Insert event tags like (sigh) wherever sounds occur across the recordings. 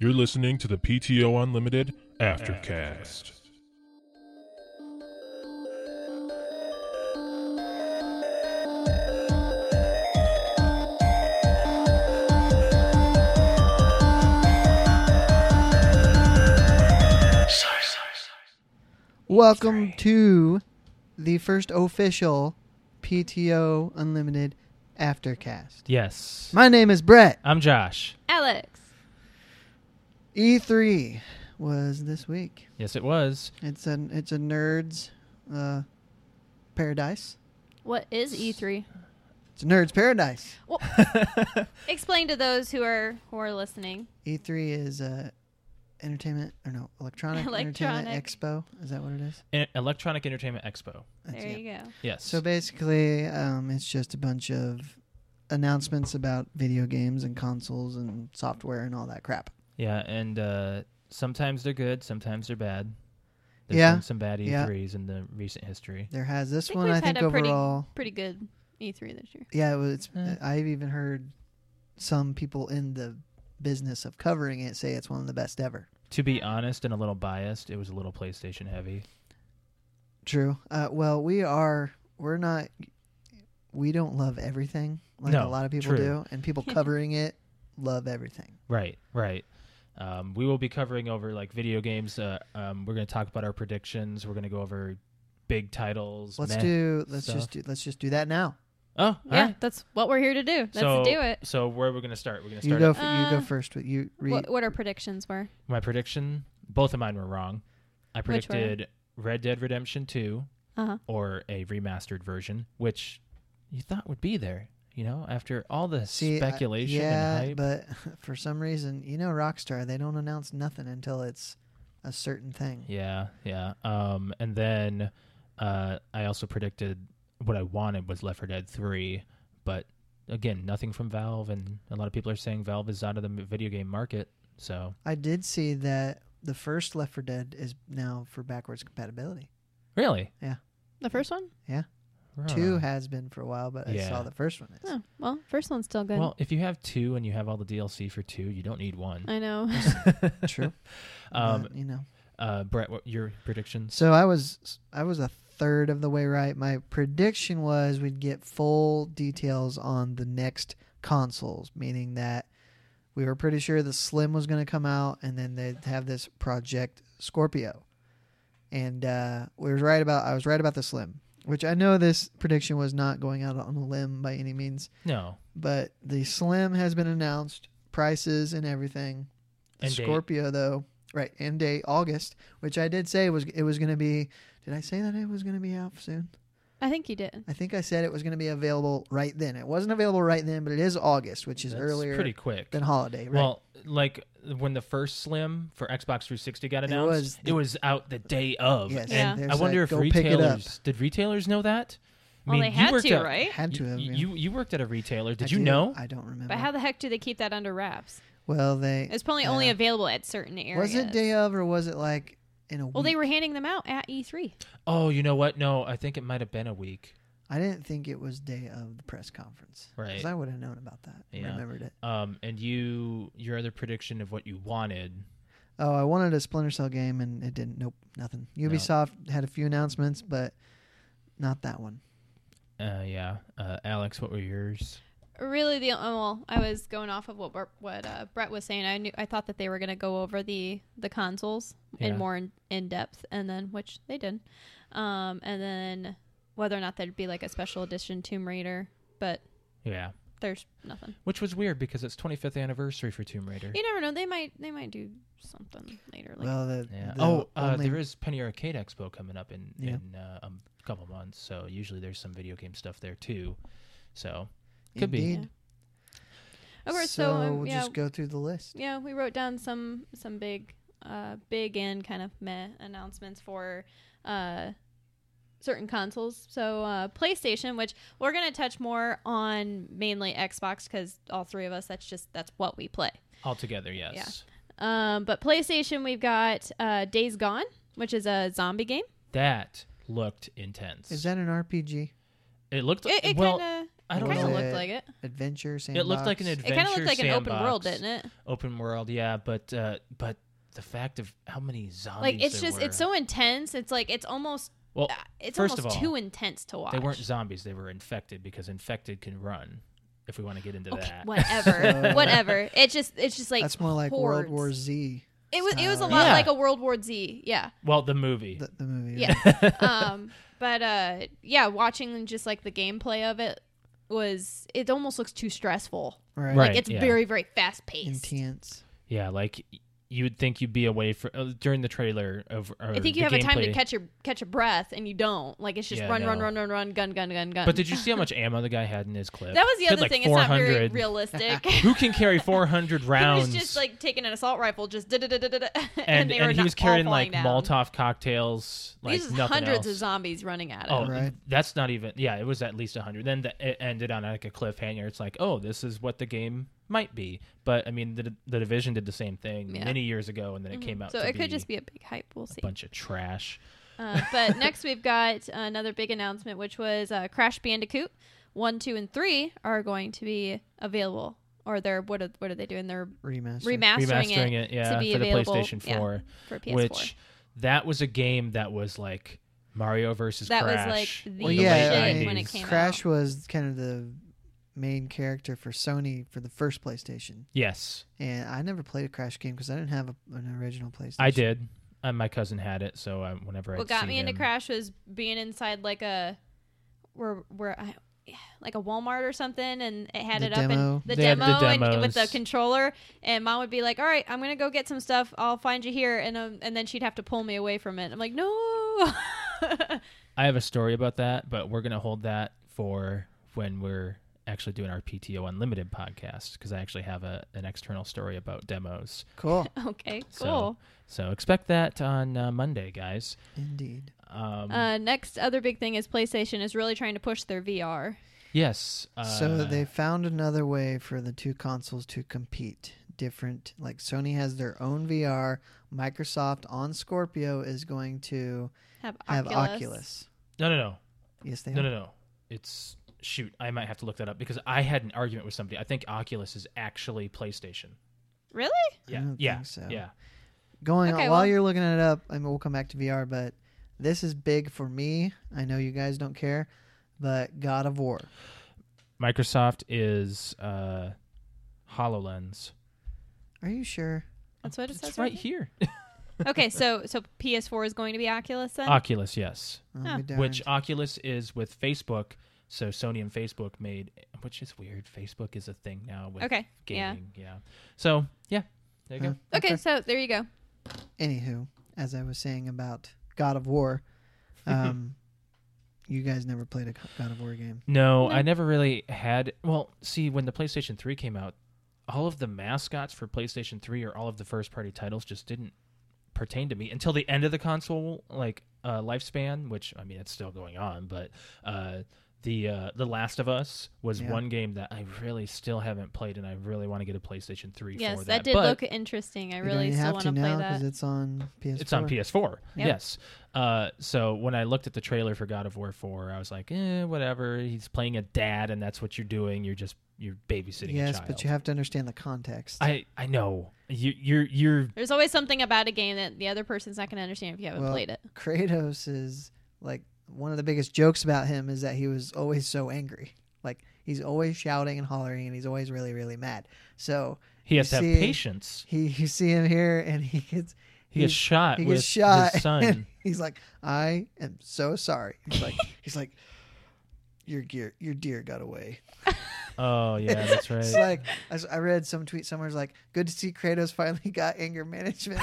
You're listening to the PTO Unlimited Aftercast. Welcome to the first official PTO Unlimited Aftercast. Yes. My name is Brett. I'm Josh. Alex. E3 E was this week. Yes, it was. It's an it's a nerds uh, paradise. What is E E3? It's a nerds paradise. Explain to those who are who are listening. E3 is uh, entertainment or no electronic, entertainment Electronic. expo. Is that what it is? En- E, Electronic Entertainment Expo. That's there it. you go. Yes. So basically, um, it's just a bunch of announcements about video games and consoles and software and all that crap. yeah, and uh, sometimes they're good, sometimes they're bad. There's Yeah. been some bad Yeah. E3s in the recent history. There has this think one. we've I think had a pretty- overall, Pretty good E3 this year. yeah, it was. Eh. I've even heard some people in the business of covering it say it's one of the best ever. To be honest and a little biased, it was a little PlayStation heavy. True. Uh, well, we are. We're not. We don't love everything like No, a lot of people true. do, and (laughs) people covering it love everything. Right, right. Um, we will be covering over like video games. Uh, um, we're going to talk about our predictions. We're going to go over big titles. Let's meh. do. Let's just stuff. do. Let's just do that now. Oh, yeah, alright. that's what we're here to do. Let's so, do it. So where are we going to start? We're going to You start go. at F- you go Uh, first. With you read. What, what our predictions were. my prediction. Both of mine were wrong. I Which were? predicted Red Dead Redemption 2 Uh-huh. or a remastered version, which you thought would be there, you know, after all the See, I- speculation yeah, and hype. but (laughs) for some reason, you know, Rockstar they don't announce nothing until it's a certain thing. yeah, yeah. Um, and then uh, I also predicted what I wanted was Left 4 Dead 3, but again, nothing from Valve, and a lot of people are saying Valve is out of the m- video game market. So I did see that the first Left 4 Dead is now for backwards compatibility. really, The first one? Two Huh. has been for a while, but I saw Yeah. the first one. Is. Oh, well, first one's still good. Well, if you have two and you have all the DLC for two, you don't need one. (laughs) I know. (laughs) True. Um, but, you know. uh, Brett, what your predictions? So I was I was a third of the way right. My prediction was we'd get full details on the next consoles, meaning that we were pretty sure the Slim was going to come out, and then they'd have this Project Scorpio. And uh, we was right about I was right about the Slim, which I know this prediction was not going out on a limb by any means, No, but the Slim has been announced, prices and everything. The And date. Scorpio though, right, end date August, which I did say was it was going to be. Did I say that it was going to be out soon? I think you did. I think I said it was going to be available right then. It wasn't available right then, but it is August, which is that's earlier pretty quick. than holiday, right? Well, like when the first Slim for Xbox 360 got announced, it was was, the- out the day of. yes. Yeah. And there's I wonder that, if go pick it up. retailers did retailers know that? I well, mean, they you had worked to, at- right? Had to have. You, yeah. you you worked at a retailer. Did I you do- know? I don't remember. But how the heck do they keep that under wraps? well, they It's probably only Yeah. available at certain areas. was it day of or was it like in a week? Well, they were handing them out at E E3. Oh, you know what? No, I think it might have been a week. I didn't think it was day of the press conference. 'cause Right. I would have known about that. Yeah. Remembered it. Um, and you your other prediction of what you wanted. Oh, I wanted a Splinter Cell game and it didn't. Nope, nothing. Ubisoft had a few announcements, but not that one. Uh, yeah, uh, Alex, what were yours? really the oh, well i was going off of what Bar- what uh, brett was saying i knew i thought that they were going to go over the the consoles Yeah. in more in, in depth and then which they did um and then whether or not there'd be like a special edition tomb raider but Yeah, there's nothing which was weird because it's 25th anniversary for Tomb Raider. you never know they might they might do something later like well, the, Yeah. the Oh, uh, only- there is Penny Arcade Expo coming up in Yeah. in uh, um, a couple months, so usually there's some video game stuff there too. So could be. indeed. of course so so, um, we'll yeah just go through the list. yeah we wrote down some some big uh big and kind of meh announcements for uh certain consoles so uh playstation which we're gonna touch more on mainly xbox because all three of us that's just that's what we play all together, yes. um but playstation we've got uh days gone which is a zombie game That looked intense. Is that an RPG? it looked it, it well. kind of I don't It kind Was of know. looked like it. Adventure sandbox. It looked like an It adventure. kind of looked like an open sandbox. world, didn't it? Open world, yeah, but uh, but the fact of how many zombies Like it's there just were- it's so intense. It's like it's almost well. uh, it's first almost of all, too intense to watch. They weren't zombies; they were infected because infected can run. If we want to get into okay, that, (laughs) whatever, So- whatever. It's just it's just like That's more like World hordes. War Z. It was it was a style. lot Yeah. like a World War Z. Yeah. well, the movie. The, the movie. Yeah. um but uh yeah watching just like the gameplay of it was it almost looks too stressful Right. Right. like it's yeah. very very fast paced Intense. yeah, like y- you would think you'd be away for uh, during the trailer of. Or i think the you have a time to gameplay. catch your catch a breath and you don't like it's just Yeah, run run no. run run run gun gun gun gun But did you see how much ammo the guy had in his clip? (laughs) that was He the had, other like, thing it's not very 400. realistic (laughs) Who can carry 400 rounds? (laughs) He was just like taking an assault rifle, just da da da da da, (laughs) and, they and were he not was all carrying like falling down. Molotov cocktails, like These is nothing hundreds else. of zombies running at him. Oh, Right. that's not even. Yeah, it was at least hundred. Then the, it ended on like a cliffhanger. It's like, oh, this is what the game might be. But I mean, the the division did the same thing Yeah. Mm-hmm. many years ago, and then it came out. so to it could just be a big hype. We'll see. a bunch of trash. Uh, (laughs) but next we've got another big announcement, which was uh, Crash Bandicoot one, two, and three are going to be available, or they're what are what are they doing? They're Remaster. remastering, Remastering it, yeah, to be for the available, PlayStation yeah, 4, for PS4. which that was a game that was like Mario versus that Crash. was like the Well, in yeah, late I shit mean, when it 90s. came Crash out. was kind of the main character for Sony for the first PlayStation, Yes, and I never played a Crash game because I didn't have a, an original PlayStation. I did. Uh, my cousin had it, so uh, whenever I What got see me into him- Crash was being inside like a where where I. Like a Walmart or something, and it had The it up in demo. the They had the demo and with the demos. controller. And mom would be like, "All right, I'm gonna go get some stuff. I'll find you here." And um, and then she'd have to pull me away from it. I'm like, "No." (laughs) I have a story about that, but we're gonna hold that for when we're actually doing our PTO Unlimited podcast because I actually have a, an external story about demos. Cool, Okay, So- cool. So expect that on uh, Monday, guys. indeed. Um, uh, next other big thing is PlayStation is really trying to push their VR. yes. Uh, so they found another way for the two consoles to compete. Different, like Sony has their own VR. Microsoft on Scorpio is going to Have have Oculus. Oculus. no no no Yes, they no are. no no. It's shoot. I might have to look that up because I had an argument with somebody. I think Oculus is actually PlayStation. Really? Yeah. don't yeah. think so. Yeah. Going Okay, on, while well- you're looking it up, I mean, we'll come back to VR, but this is big for me. I know you guys don't care, but God of War. Microsoft is uh, Hololens. Are you sure? That's what it It's says right here. okay, so so PS4 is going to be Oculus then. Oculus. Yes. I'll Huh. be darned. which Oculus is with Facebook. So Sony and Facebook made, which is weird. Facebook is a thing now with okay. Yeah. gaming. Yeah. So yeah, there you Huh. go. Okay, so there you go. Anywho, as I was saying about God of War, (laughs) um, you guys never played a God of War game. No, No. I never really had. Well, see, when the PlayStation Three came out, all of the mascots for PlayStation Three or all of the first party titles just didn't pertain to me until the end of the console like uh, lifespan. Which I mean, it's still going on, but. Uh, the uh, The Last of Us was Yeah. one game that I really still haven't played, and I really want to get a PlayStation Three Yes, for that, that. did but, look interesting. I You really don't still have want to to play now that. it's on PS4. It's on PS4. Yep. Yes. Uh, so when I looked at the trailer for God of War 4, I was like, eh, whatever. He's playing a dad, and that's what you're doing. You're just you're babysitting a Yes, child. but you have to understand the context. I I know you you're you're There's always something about a game that the other person's not going to understand if you haven't Well, played it. Kratos is like one of the biggest jokes about him is that he was always so angry. Like he's always shouting and hollering, and he's always really, really mad. So he has to you have see- patience. he, (laughs) you see him here, and he gets He gets he's- shot he with gets shot. (laughs) his and son. he's like, I am so sorry. He's (laughs) like, he's like, your gear, your deer got away. oh yeah, that's right. It's like I, s- I read some tweet somewhere's like, good to see Kratos finally (laughs) got (laughs) anger management.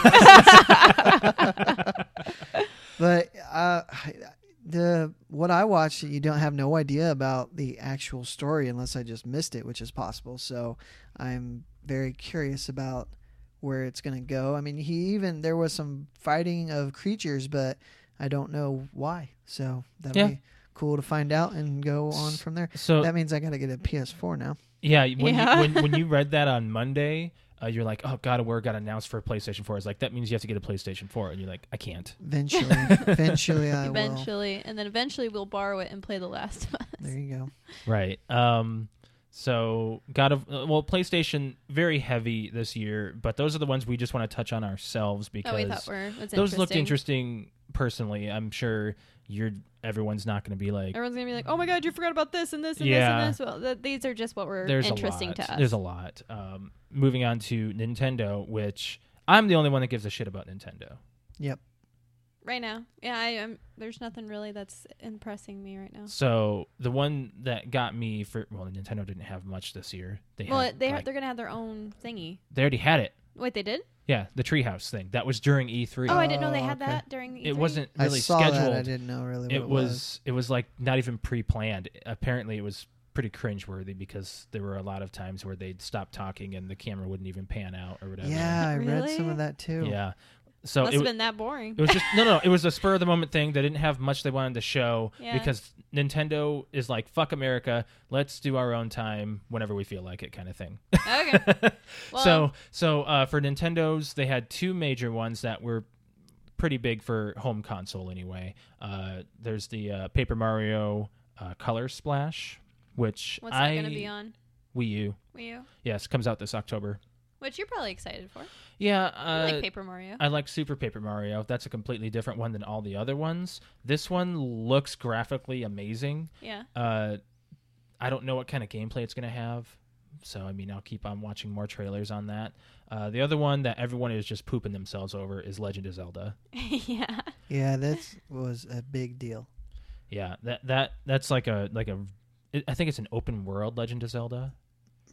but uh, the what I watched, you don't have no idea about the actual story unless I just missed it, which is possible. So I'm very curious about where it's going to go. I mean, he even there was some fighting of creatures, but I don't know why. So that'll Yeah. be cool to find out and go on from there. so that means I got to get a PS4 now. yeah, when, Yeah. You, (laughs) when when you read that on Monday. uh, you're like, oh, God of War got announced for PlayStation 4. It's like, that means you have to get a PlayStation 4. And you're like, I can't. (laughs) Eventually, eventually I will. eventually, and then eventually we'll borrow it and play The Last of Us. (laughs) There you go. Right. Um, so, God of, uh, well, PlayStation, very heavy this year, but those are the ones we just want to touch on ourselves That because Oh, we thought were was those looked interesting personally. I'm sure you're, everyone's not going to be like, Everyone's gonna be like, "Oh my god, you forgot about this and this and Yeah. this and this." Well, th- these are just what were there's a interesting lot. to us. There's a lot. Um, moving on to Nintendo, which I'm the only one that gives a shit about Nintendo. Yep. right now. Yeah, I am. There's nothing really that's impressing me right now. So the one that got me for well, Nintendo didn't have much this year. They well, had, they ha- like- they're gonna have their own thingy. they already had it. Wait, they did? Yeah, the treehouse thing that was during E3. Oh, I didn't E know they Oh, had okay. that during the. it E3. wasn't really I saw scheduled. that. I didn't know really what it was it was like not even pre-planned. Apparently, it was pretty cringeworthy because there were a lot of times where they'd stop talking and the camera wouldn't even pan out or whatever. Yeah, I read some Really? of that too. yeah. So Must it, have wa- been that boring. (laughs) It was just no, no. It was a spur of the moment thing. They didn't have much they wanted to show Yeah. because Nintendo is like fuck America. Let's do our own time whenever we feel like it, kind of thing. okay. (laughs) Well, so, so uh, for Nintendo's, they had two major ones that were pretty big for home console anyway. Uh, there's the uh, Paper Mario uh, Color Splash, which what's I it gonna be on? Wii U. Wii U, Yes, comes out this October. which you're probably excited for. Yeah, I uh, like Paper Mario. I like Super Paper Mario. That's a completely different one than all the other ones. This one looks graphically amazing. yeah. (laughs) Uh, I don't know what kind of gameplay it's going to have. So, I mean, I'll keep on watching more trailers on that. Uh, the other one that everyone is just pooping themselves over is Legend of Zelda. yeah. Yeah, that was a big deal. Yeah, that that that's like a like a it- I think it's an open world Legend of Zelda,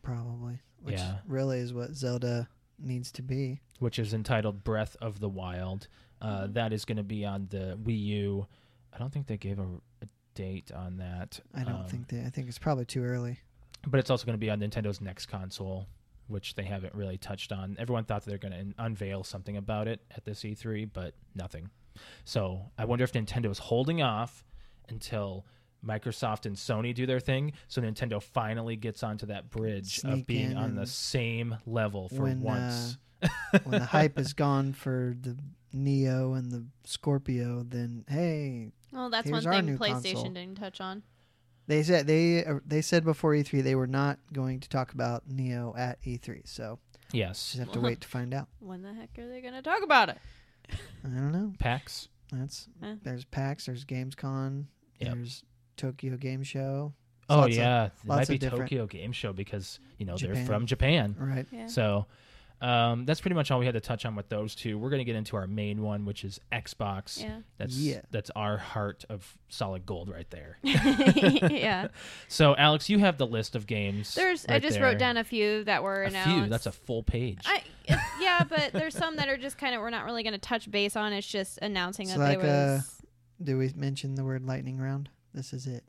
Probably. Which Yeah. really is what Zelda needs to be. which is entitled Breath of the Wild. Uh, Mm-hmm. that is going to be on the Wii U. I don't think they gave a, a date on that. I don't Um, think that. I think it's probably too early. but it's also going to be on Nintendo's next console, which they haven't really touched on. Everyone thought that they're going to un- unveil something about it at this E3, but nothing. So I wonder if Nintendo is holding off until Microsoft and Sony do their thing, so Nintendo finally gets onto that bridge of Sneak being in on the and same level for when, uh, once. when the hype (laughs) is gone for the Neo and the Scorpio, then hey, Well, that's Here's one our thing new PlayStation console. didn't touch on. they said they uh, they said before E3 they were not going to talk about Neo at E3, so yes, just (laughs) have to wait to find out. When the heck are they gonna talk about it? I don't know. PAX. That's Huh. there's PAX, there's GamesCon, Yep. there's Tokyo Game Show. Oh Lots of- yeah, it might lots of be different- Tokyo Game Show because you know they're Japan. from Japan. right. Yeah. So um, that's pretty much all we had to touch on with those two. We're going to get into our main one, which is Xbox. (laughs) Yeah. (laughs) That's Yeah. that's our heart of solid gold right there. (laughs) (laughs) yeah. So Alex, you have the list of games. There's. I right just there. wrote down a few that were a announced. few. That's a full page. I, it, yeah, (laughs) but there's some that are just kind of we're not really going to touch base on. It's just announcing It's that like, they was. Do we mention the word lightning round? This is it.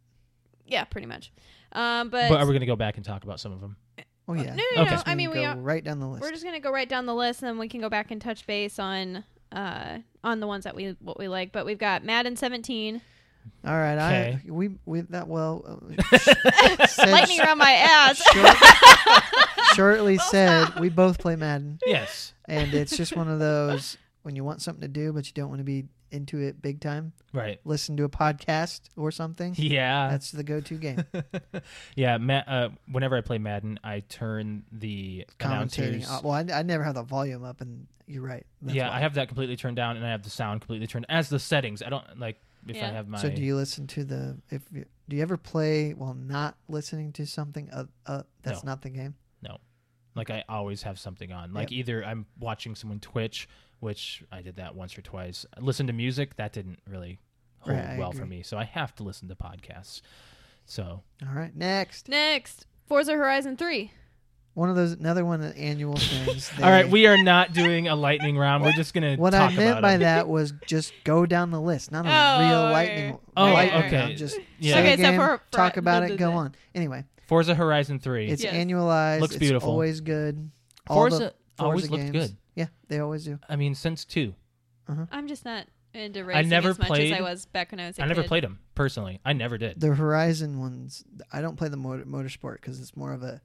yeah, pretty much. Um, but, but, are we going to go back and talk about some of them? Oh yeah. Uh, no, no, Okay. no. Just I need mean, to we go are, right down the list. we're just going to go right down the list, and then we can go back and touch base on uh on the ones that we what we like. But we've got Madden 17, All right, Okay. I we we that well (laughs) uh, said (laughs) lightning around my ass. short, (laughs) shortly said we both play Madden, (laughs) yes. and it's just one of those when you want something to do but you don't want to be into it big time. Right. Listen to a podcast or something. Yeah. That's the go-to game. yeah. Ma- uh, whenever I play Madden, I turn the Commentating. announcers. Uh, well, I, I never have the volume up, and you're right. That's yeah, why. I have that completely turned down, and I have the sound completely turned as the settings. I don't like if I Yeah. have my. So do you listen to the if you, do you ever play while not listening to something uh, uh, that's No. not the game? Like I always have something on. Like either I'm watching someone Twitch, which I did that once or twice. I listened to music that didn't really hold Right, I well for agree. me, so I have to listen to podcasts. So All right, next Next, Forza Horizon 3. one of those another one of the annual things. (laughs) all right, They- we are not doing a lightning round. We're just gonna What talk I meant about by them. (laughs) that was just go down the list, not a Oh, real okay. lightning. Oh, lightning Right, round, okay. Just yeah. say Okay, a so game, for- for- talk about the- it, go the- on. Anyway, Forza Horizon Three. it's Yes. annualized. Looks it's beautiful. Always good. Forza the always looks games- good. Yeah, they always do. I mean, since two, I'm just not into racing never as much played- as I was back when I was. a I never kid. played them personally. I never did. The Horizon ones. I don't play the motor, motorsport because it's more of a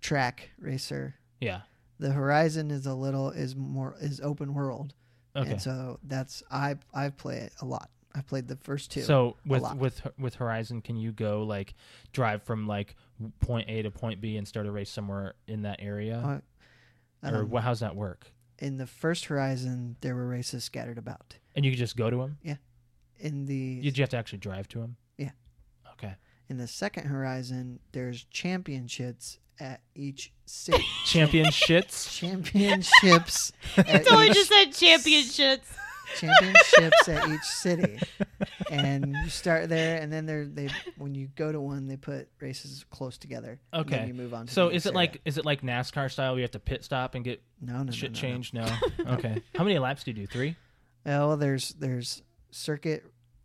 track racer. Yeah, The Horizon is a little is more is open world, Okay. and so that's I I play it a lot. I played the first two. So with lot. with with Horizon, can you go like drive from like point A to point B and start a race somewhere in that area, Uh, or um, wha- how's that work? in the first Horizon, there were races scattered about. And you could just go to him. In the Did you have to actually drive to him? Yeah. Okay. in the second Horizon, there's championships at each (laughs) city. (laughs) Champion shits. championships. at totally each- just said championships. championships at each city, and you start there, and then they're they when you go to one, they put races close together. and then Okay. you move on. To So the is next it like area. is it like NASCAR style? where You have to pit stop and get no, no, no, shit (laughs) no, no. changed. No. Okay. How many laps do you do? Three. Oh, there's there's circuit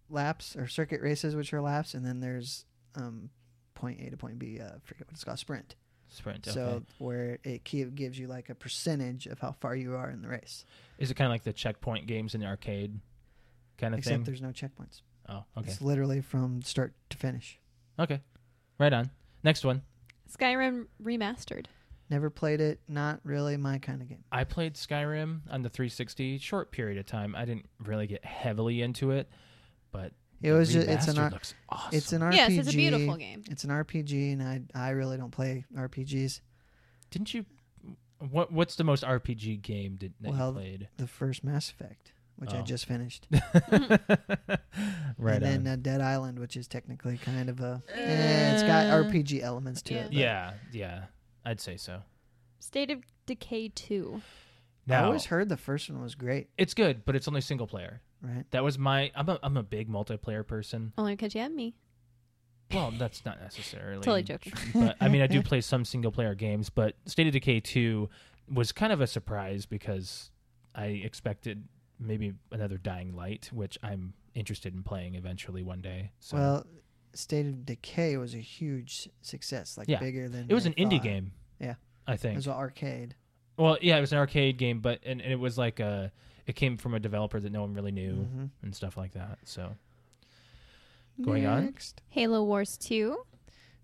laps or circuit races, which are laps, and then there's um point A to point B. Uh, I forget what it's called, sprint. Sprint. Okay. So where it ki- gives you like a percentage of how far you are in the race. is it kind of like the checkpoint games in the arcade kind of Except thing? there's no checkpoints. Oh. Okay. It's literally from start to finish. Okay. Right on. Next one. (laughs) Skyrim remastered. Never played it. Not really my kind of game. I played Skyrim on the 360 short period of time. I didn't really get heavily into it, but It the was just it's an remastered R- looks awesome. it's an RPG. Yes, it's a beautiful game. It's an RPG, and I I really don't play RPGs. Didn't you? What What's the most RPG game did, that Well, you played? The first Mass Effect, which I Oh. just finished, right and then on. uh, Dead Island, which is technically kind of a eh, it's got Uh, RPG elements to it. but yeah, yeah, I'd say so. State of Decay 2. I Now always heard the first one was great, it's good, but it's only single player. right? That was my. I'm a I'm a big multiplayer person. Only because you had me. Well, that's not necessarily Totally joking. true, But I mean, I do play some single player games, but State of Decay 2 was kind of a surprise because I expected maybe another Dying Light, which I'm interested in playing eventually one day. So Well, State of Decay was a huge success, like Yeah. bigger than it was they an indie thought. game. Yeah. I It think. was an arcade. well, yeah, it was an arcade game, but and, and it was like a it came from a developer that no one really knew Mhm. and stuff like that. So Going on? Next. Halo Wars 2.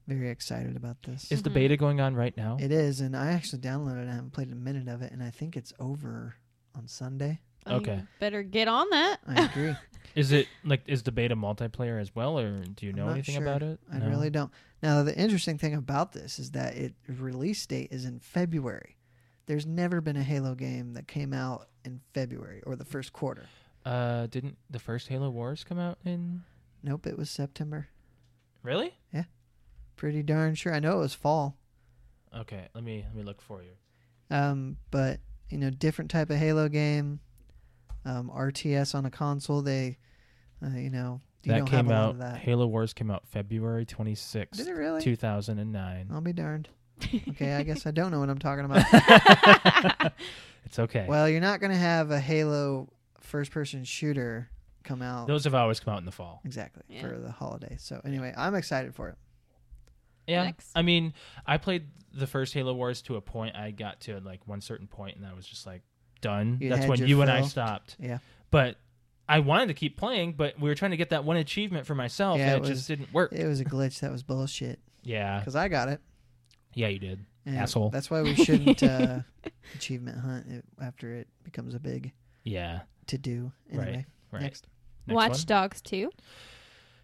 Very excited about this. is the Mhm. beta going on right now? Mm-hmm. It is, and I actually downloaded it. I haven't played a minute of it, and I think it's over on Sunday. Oh, you Okay. better get on that. (laughs) I agree. Is it like is the beta multiplayer as well, or do you I'm know not anything sure. about it? I No? really don't. Now, the interesting thing about this is that it release date is in February. There's never been a Halo game that came out in February or the first quarter. Uh, didn't the first Halo Wars come out in? Nope, it was September. Really? Pretty darn sure. I know it was fall, Okay, let me let me look for you. um, but you know, different type of Halo game, um, RTS on a console. They, uh, you know, you that don't came have a lot out. of that. Halo Wars came out February twenty Did sixth, it really? two thousand and nine. I'll be darned. (laughs) Okay, I guess I don't know what I'm talking about. It's okay. Oh. well, you're not going to have a Halo first person shooter come out Those have always come out in the fall. exactly Yeah. for the holiday. So, anyway, I'm excited for it. Yeah. Next. I mean, I played the first Halo Wars to a point. I got to like one certain point, and I was just like done. You That's had when your you and I fill. stopped. Yeah. But I wanted to keep playing, but we were trying to get that one achievement for myself, and Yeah, it it, was- just didn't work. It was a glitch that was bullshit yeah. because I got it. Yeah, you did. and Asshole. That's why we (laughs) shouldn't uh, achievement hunt it after it becomes a big Yeah. to do. Right, Anyway, Right. next. Next Watch one. Dogs 2.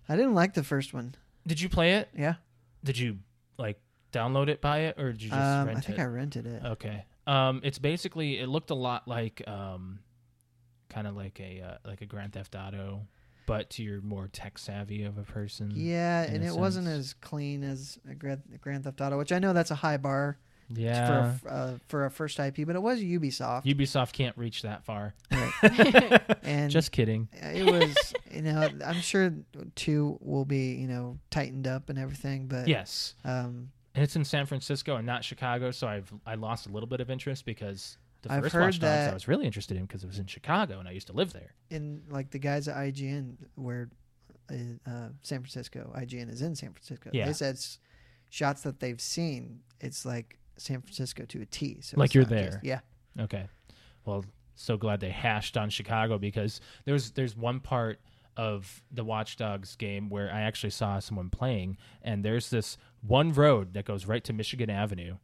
I didn't like the first one. Did you play it? Yeah. Did you like download it, buy it, or did you just Um, rent I think it? I rented it. Okay. Um, it's basically it looked a lot like um, kind of like a uh, like a Grand Theft Auto, but to your more tech savvy of a person. yeah, in and a it wasn't sense. as clean as a Grand, Grand Theft Auto, which I know that's a high bar Yeah. for a, f- uh, for a first IP, but it was Ubisoft. Ubisoft can't reach that far. (laughs) Right. (laughs) and Just kidding. it was you know i'm sure two will be you know tightened up and everything but Yes. um And it's in San Francisco and not Chicago, so I've I lost a little bit of interest because the I've first heard Watch Dogs that- I was really interested in because it was in Chicago and I used to live there. in like the guys at ign where uh, uh, san francisco ign is in san francisco Yeah. they said s- shots that they've seen it's like san francisco to a t so Like it's you're not just- there. yeah Okay. Well, so glad they hashed on Chicago because there's there's one part of the Watch Dogs game where I actually saw someone playing, and there's this one road that goes right to Michigan Avenue,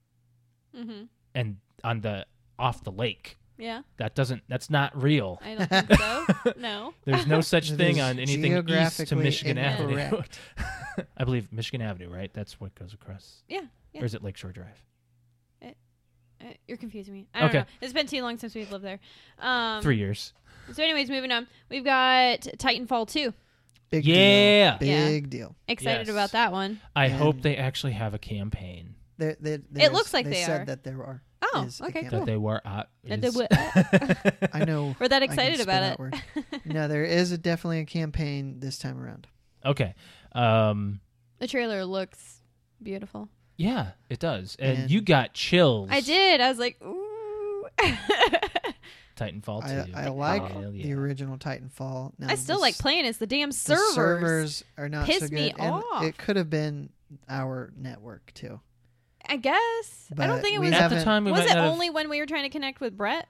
Mm-hmm. and on the off the lake. Yeah, That doesn't. That's not real. (laughs) I don't think so. No. There's (laughs) no such It thing is on anything east to geographically Michigan Avenue. incorrect. (laughs) I believe Michigan Avenue, right? That's what goes across. Yeah, yeah. Or is it Lakeshore Drive? Uh, You're confusing me. I don't Okay. know. It's been too long since we've lived there. Um, Three years. So, anyways, moving on. We've got Titanfall 2. Big Yeah. deal. Big deal. Excited Yes. about that one. I hope And- they actually have a campaign There, there, there's- looks like they, they said are. that there are. Oh, is the okay, camp. cool. that they were at. That they is- were- (laughs) (laughs) I know. (laughs) We're that I can excited spit about out it. words. (laughs) no, there is a, definitely a campaign this time around. (laughs) okay. Um. The trailer looks beautiful. Yeah, it does. And, And- you got chills. I did. I was like, ooh. (laughs) Titanfall I, too. I like Hell yeah. the original Titanfall. Now, I still Um, this- like playing. It's the damn the servers. servers are not so piss good. me and off. It could have been our network too. I guess. I don't But think it we was. At the haven't- time, we Was might it not have- only when we were trying to connect with Brett?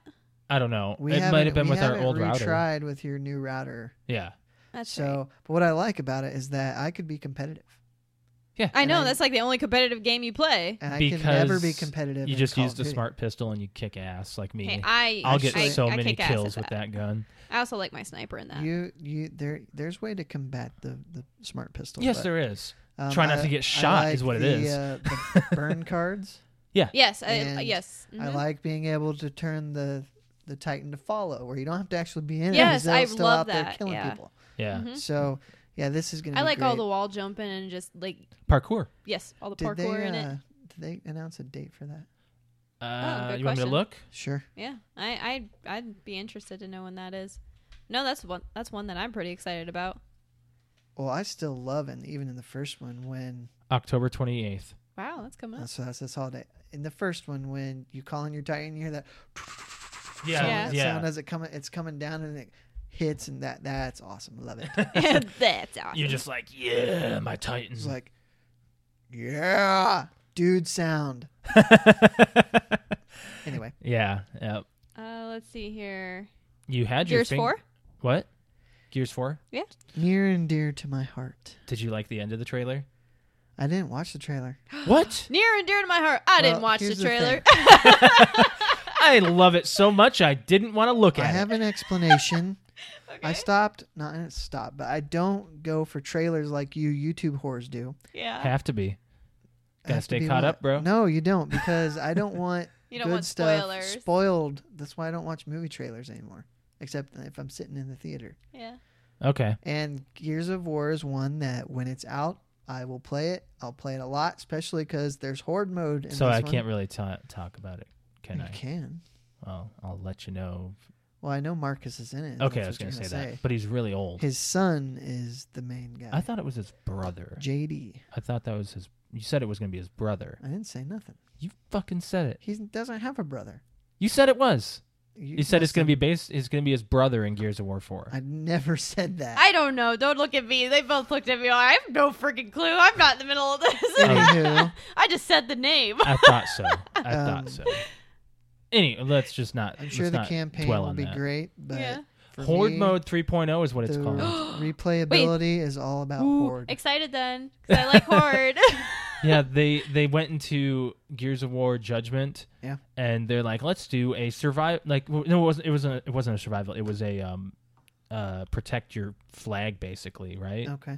I don't know. We it might have haven't- been we with our haven't old router. retried with your new router. Yeah. That's so, right. but what I like about it is that I could be competitive, I and know I- that's like the only competitive game you play. and I because can never be competitive. You in just Call use of the Duty. smart pistol and you kick ass like me. Hey, I I'll get I- actually- so I many kick ass at kills with that gun. I also like my sniper in that. You, you, there, there's way to combat the the smart pistol. Yes, Oh, but, there is. um, Try not I- to get I shot is like what it the, is. Uh, (laughs) the burn cards. yes, I, And yes. I mhm. like being able to turn the the Titan to follow, where you don't have to actually be in Yes, it. 'cause I they're still love out there that, killing yeah. people. Yeah. Mhm. So yeah, this is gonna. I be like all the great. wall jumping and just like Parkour. yes, all the Did parkour they, in uh, it. Did they announce a date for Uh, that? Oh, good you want me question. to look? Sure. Yeah, I I I'd be interested to know when that is. No, that's one that's one that I'm pretty excited about. Well, I still love, and even in the first one, when October 28th. Wow, that's coming uh, up. so that's this holiday. In the first one, when you call in your Titan, you hear that Yeah. Yeah. that sound as it coming, it's coming down and it hits, and that that's awesome. (laughs) Love it. (laughs) that's awesome. You're just like, yeah, my Titans. It's like, yeah, dude, (laughs) sound. Anyway, yeah. yeah. Uh, let's see here. You had your Gears fing- four. What? Gears 4? near and dear to my heart. Did you like the end of the trailer? I didn't watch the trailer. what? Near and dear to my heart. I didn't Well, watch the here's the trailer. (laughs) I love it so much I didn't want to look I at have it. (laughs) an explanation. I Okay. stopped, not I didn't stop, but I don't go for trailers like you YouTube whores do. yeah. Have to be. I Gotta have to stay be caught what- up, bro. No, you don't, because I don't (laughs) want You don't good want stuff spoilers. spoiled. That's why I don't watch movie trailers anymore, except if I'm sitting in the theater. yeah. Okay. And Gears of War is one that when it's out, I will play it. I'll play it a lot, especially because there's horde mode. In So this I one. can't really ta- talk about it, can you I? can. Well, I'll let you know. Well, I know Marcus is in it. Okay, I was that's going what to say, you're that. But he's really old. His son is the main guy. I thought it was his brother. JD. I thought that was his. You said it was going to be his brother. I didn't say nothing. You fucking said it. He doesn't have a brother. You said it was. You said it's going to to be based. It's going to be his brother in Gears of War Four. I never said that. I don't know. Don't look at me. They both looked at me. I have no freaking clue. I'm not in the middle of this. Oh, (laughs) Anywho, (laughs) I just said the name. (laughs) I thought so. (laughs) I Um, thought so. Any, let's just not. I'm sure let's the not campaign dwell will on be that. great, but yeah. for Horde me, mode 3.0 is what it's the called. (gasps) replayability is all about Ooh, Horde. excited then because I (laughs) like Horde. yeah, they they went into Gears of War Judgment. Yeah. And they're like, let's do a survive. Like, w- no, it wasn't. It wasn't. A, it wasn't a survival. It was a um, uh, protect your flag, basically. Right. okay.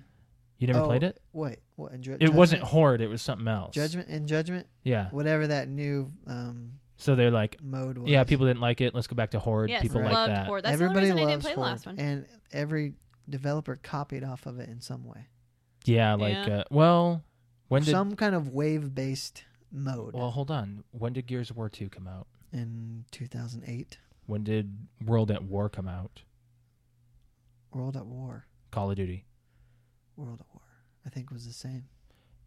You never Oh, played it. Wait, what? And ju- It wasn't Judgment? Horde. It was something else. Judgment and Judgment, Yeah. whatever that new um, So they're like, mode was. yeah, people didn't like it. Let's go back to Horde. yes, people Right. like loved that. Horde. That's Everybody the only reason I loves didn't play the Horde, last one. and every developer copied off of it in some way. Yeah. Like, Yeah. Uh, well, when did? some kind of wave-based mode Well, hold on. When did Gears of War Two come out? in 2008. When did World at War come out? World at War, Call of Duty. World at War, I think was the same.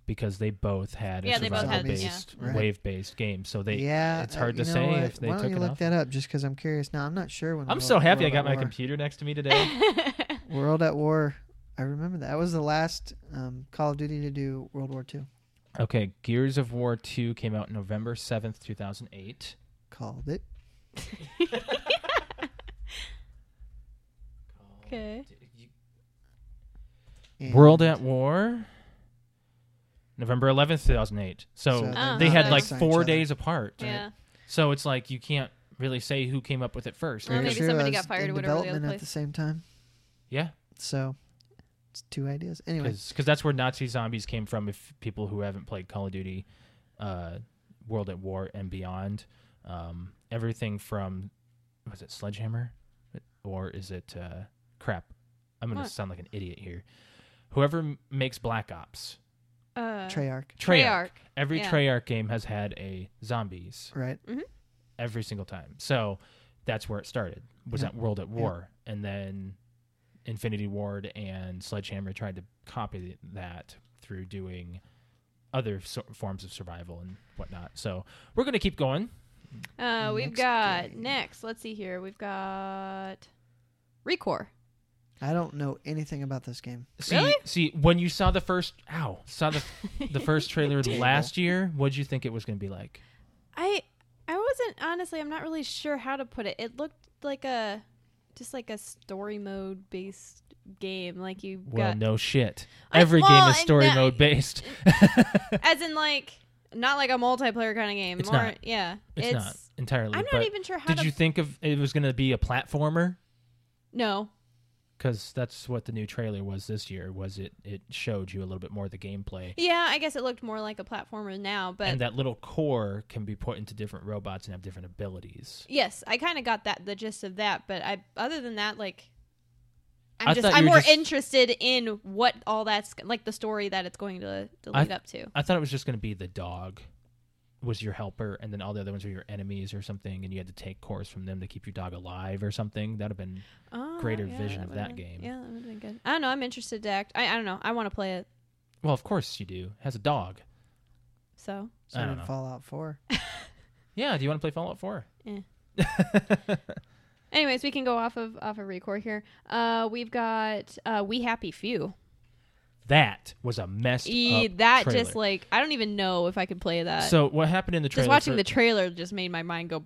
Because they both had a Yeah, they both survival had- yeah. based, Right. wave based game. So they yeah, it's uh, hard to you know say what? if they Why don't took you it look off. that up just because I'm curious. Now I'm not sure when. I'm World- so happy I World got at my War- computer next to me today. (laughs) World at War. I remember that. That was the last um, Call of Duty to do World War Two. (coughs) okay, Gears of War 2 came out November 7th, 2008. Called it. Okay. and- World at War November 11th, 2008. So, So Oh, they not had that like close to each 4 other. days apart. yeah. So it's like you can't really say who came up with it first. Well, Pretty maybe somebody it was got fired in or whatever the other development at place. the same time. Yeah, So it's two ideas. Anyway, because that's where Nazi zombies came from. If people who haven't played Call of Duty, uh, World at War and beyond, um, everything from was it Sledgehammer, or is it uh, crap? I'm gonna What? sound like an idiot here. Whoever m- makes Black Ops, Uh, Treyarch, Treyarch. Treyarch. Every yeah. Treyarch game has had a zombies right? every single time. So that's where it started. Was Yeah. that World at War, and then Infinity Ward and Sledgehammer tried to copy that through doing other so- forms of survival and whatnot. So we're gonna keep going. Uh, we've Next got game. next. Let's see here. We've got Recore. I don't know anything about this game. See, Really? see, when you saw the first, ow, saw (laughs) the the first trailer last year, what would you think it was gonna be like? I I wasn't honestly. I'm not really sure how to put it. It looked like a just like a story mode based game. Like you Well, got no shit. I- Every well, game is and story that- mode based. as in like not like a multiplayer kind of game. It's More, not. Yeah, It's, not entirely. I'm but not even sure how did to. you think of it was gonna be a platformer? no, because that's what the new trailer was this year was it it showed you a little bit more of the gameplay yeah, I guess it looked more like a platformer now, but and that little core can be put into different robots and have different abilities Yes, I kind of got that the gist of that, but I other than that, like, I'm I just thought I'm you were more just- interested in what all that's like the story that it's going to to I lead th- up to. i thought it was just going to be the dog was your helper and then all the other ones were your enemies or something and you had to take cores from them to keep your dog alive or something that would have been Oh, greater vision of would've that been- game. Yeah, that would have been good. I don't know. I'm interested to act. I, I don't know. I want to play it. well of course you do It has a dog So So I did don't know. Fallout Four. yeah do you want to play fallout 4 Eh. anyways, we can go off of off of record here. Uh, we've got uh, We Happy Few. that was a messed E, up that uh, trailer. just like I don't even know if I could play that. so what happened in the trailer just watching for- the trailer just made my mind go.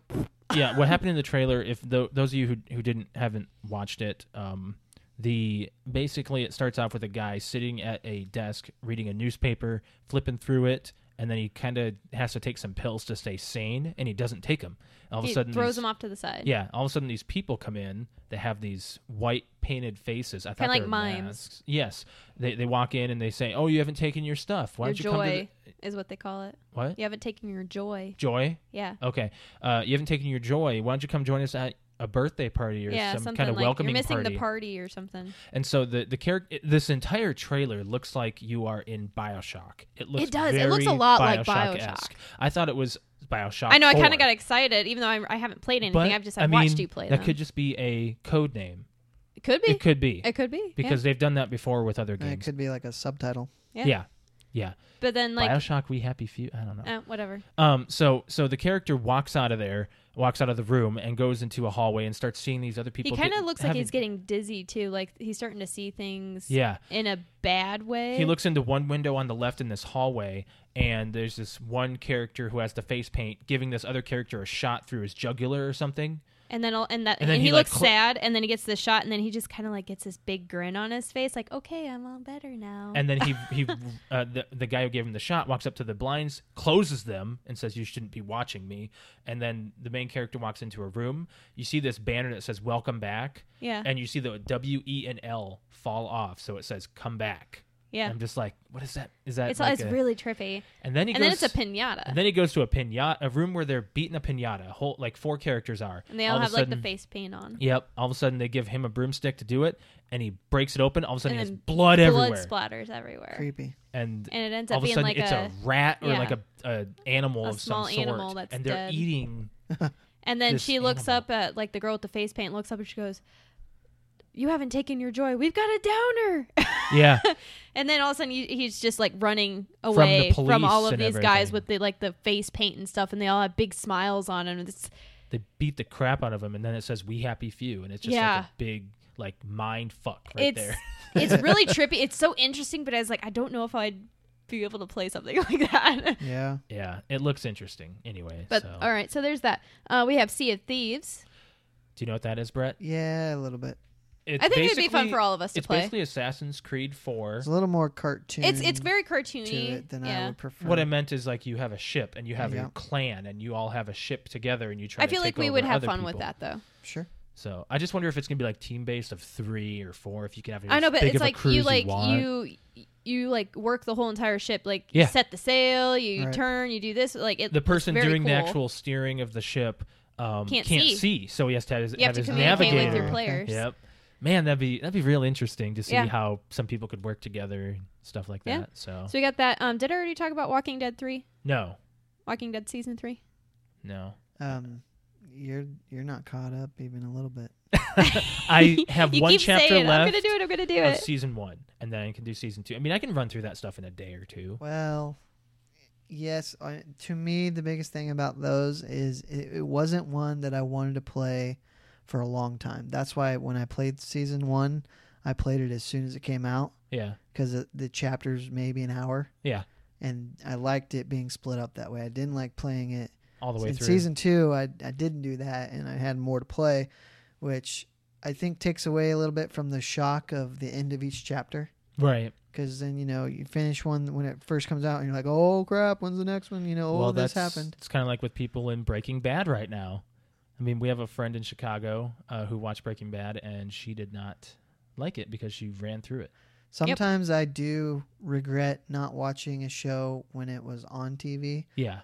yeah, what happened in the trailer? If tho- those of you who who didn't haven't watched it, um, the basically it starts off with a guy sitting at a desk reading a newspaper, flipping through it, and then he kind of has to take some pills to stay sane, and he doesn't take them. All of a He sudden, throws these- them off to the side. Yeah, all of a sudden these people come in that have these white painted faces. I thought Kinda they like were mimes. masks. Yes, they they walk in and they say, "Oh, you haven't taken your stuff. Why Your don't you come to joy the- is what they call it. what You haven't taken your joy. joy?" Yeah. Okay. Uh, you haven't taken your joy. Why don't you come join us at a birthday party or yeah, some something kind of like welcoming you're missing party? the party or something. and so the the character, this entire trailer looks like you are in Bioshock. It looks. It does. It looks very a lot like Bioshock-esque. Bioshock. I thought it was Bioshock. I know. I kind 4, of got excited, even though I, I haven't played anything. but, I've just I I've watched mean, you play That them. could just be a code name. it could be. It could be It could be. because they've done that before with other It games. could be like a subtitle. Yeah. yeah. yeah. but then like Bioshock, we happy few. I don't know. uh, whatever. Um, so so the character walks out of there, walks out of the room, and goes into a hallway and starts seeing these other people. he kind get- of looks like having- he's getting dizzy too. Like he's starting to see things Yeah, in a bad way. he looks into one window on the left in this hallway, and there's this one character who has the face paint giving this other character a shot through his jugular or something. and then all, and that And then and he, he, like, looks cl- sad, and then he gets this shot, and then he just kind of like gets this big grin on his face, like okay, I'm all better now. And then he he (laughs) uh, the the guy who gave him the shot walks up to the blinds, closes them, and says, "You shouldn't be watching me." And then the main character walks into a room. You see this banner that says "Welcome back," yeah, and you see the W, E, and L fall off, so it says "Come back." yeah. I'm just like, what is that? Is that It's like it's a- really trippy. And then he And goes, then it's a pinata. And then he goes to a pinata, a room where they're beating a pinata. A Whole like four characters are, And they all, of a have like the sudden- face paint on. Yep. All of a sudden, they give him a broomstick to do it, and he breaks it open. All of a sudden, he And has then blood, Blood everywhere, splatters everywhere. Creepy. and And it ends all of up a being sudden, like it's a, a, rat or yeah. like a, a animal A of small some sort, animal that's and they're dead. (laughs) eating. And then this she looks animal. up at like the girl with the face paint looks up and she goes, "You haven't taken your joy. We've got a downer." (laughs) Yeah, and then all of a sudden you, he's just like running the away from, police all of and these guys everything. with the like the face paint and stuff, and they all have big smiles on them. It's, they beat the crap out of him, and then it says "We Happy Few," and it's just like Yeah. a big like mind fuck right it's there. (laughs) it's really trippy. It's so interesting, but I was like, I don't know if I'd be able to play something (laughs) like that. Yeah. yeah, it looks interesting. Anyway, But so all right, so there's that. Uh, we have Sea of Thieves. do you know what that is, Brett? Yeah, a little bit. It's I think it'd be fun basically- for all of us to It's play. basically Assassin's Creed Four. It's a little more cartoon. It's it's very Hmm. to cartoony. it than I yeah. would prefer. What I meant is like you have a ship and you have Yeah. your clan and you all have a ship together and you try. I to feel take like we over would have other fun with people. that though. sure. So I just wonder if it's gonna be like team based of three or four. If you can have. I know, as but big it's of a like cruise you like want. you you like work the whole entire ship. Like Yeah. you set the sail, you Right. turn, you do this. Like it, the it's person very doing the cool. actual steering of the ship um, Can't see. see. so he has to have his, You have to his communicate navigator. with your Okay. players. Yep. Man, that'd be that'd be real interesting to see Yeah. how some people could work together and stuff like Yeah. that. So, So we got that. Um, did I already talk about Walking Dead three? no, Walking Dead season three. no, Um, you're you're not caught up even a little bit. I have (laughs) you one keep chapter saying, I'm left gonna do it. I'm gonna do of it. season one, and then I can do season two. I mean, I can run through that stuff in a day or two. Well, yes. I, to me, the biggest thing about those is it, it wasn't one that I wanted to play for a long time. That's why when I played season one, I played it as soon as it came out Yeah, because the chapters maybe an hour. Yeah. And I liked it being split up that way. I didn't like playing it all the way in through. season two I, I didn't do that and i had more to play which i think takes away a little bit from the shock of the end of each chapter right. because then you know you finish one when it first comes out and you're like oh crap when's the next one you know oh well, this that's happened It's kind of like with people in Breaking Bad right now. I mean, we have a friend in Chicago uh, who watched Breaking Bad, and she did not like it because she ran through it. sometimes i do regret not watching a show when it was on tv Yeah.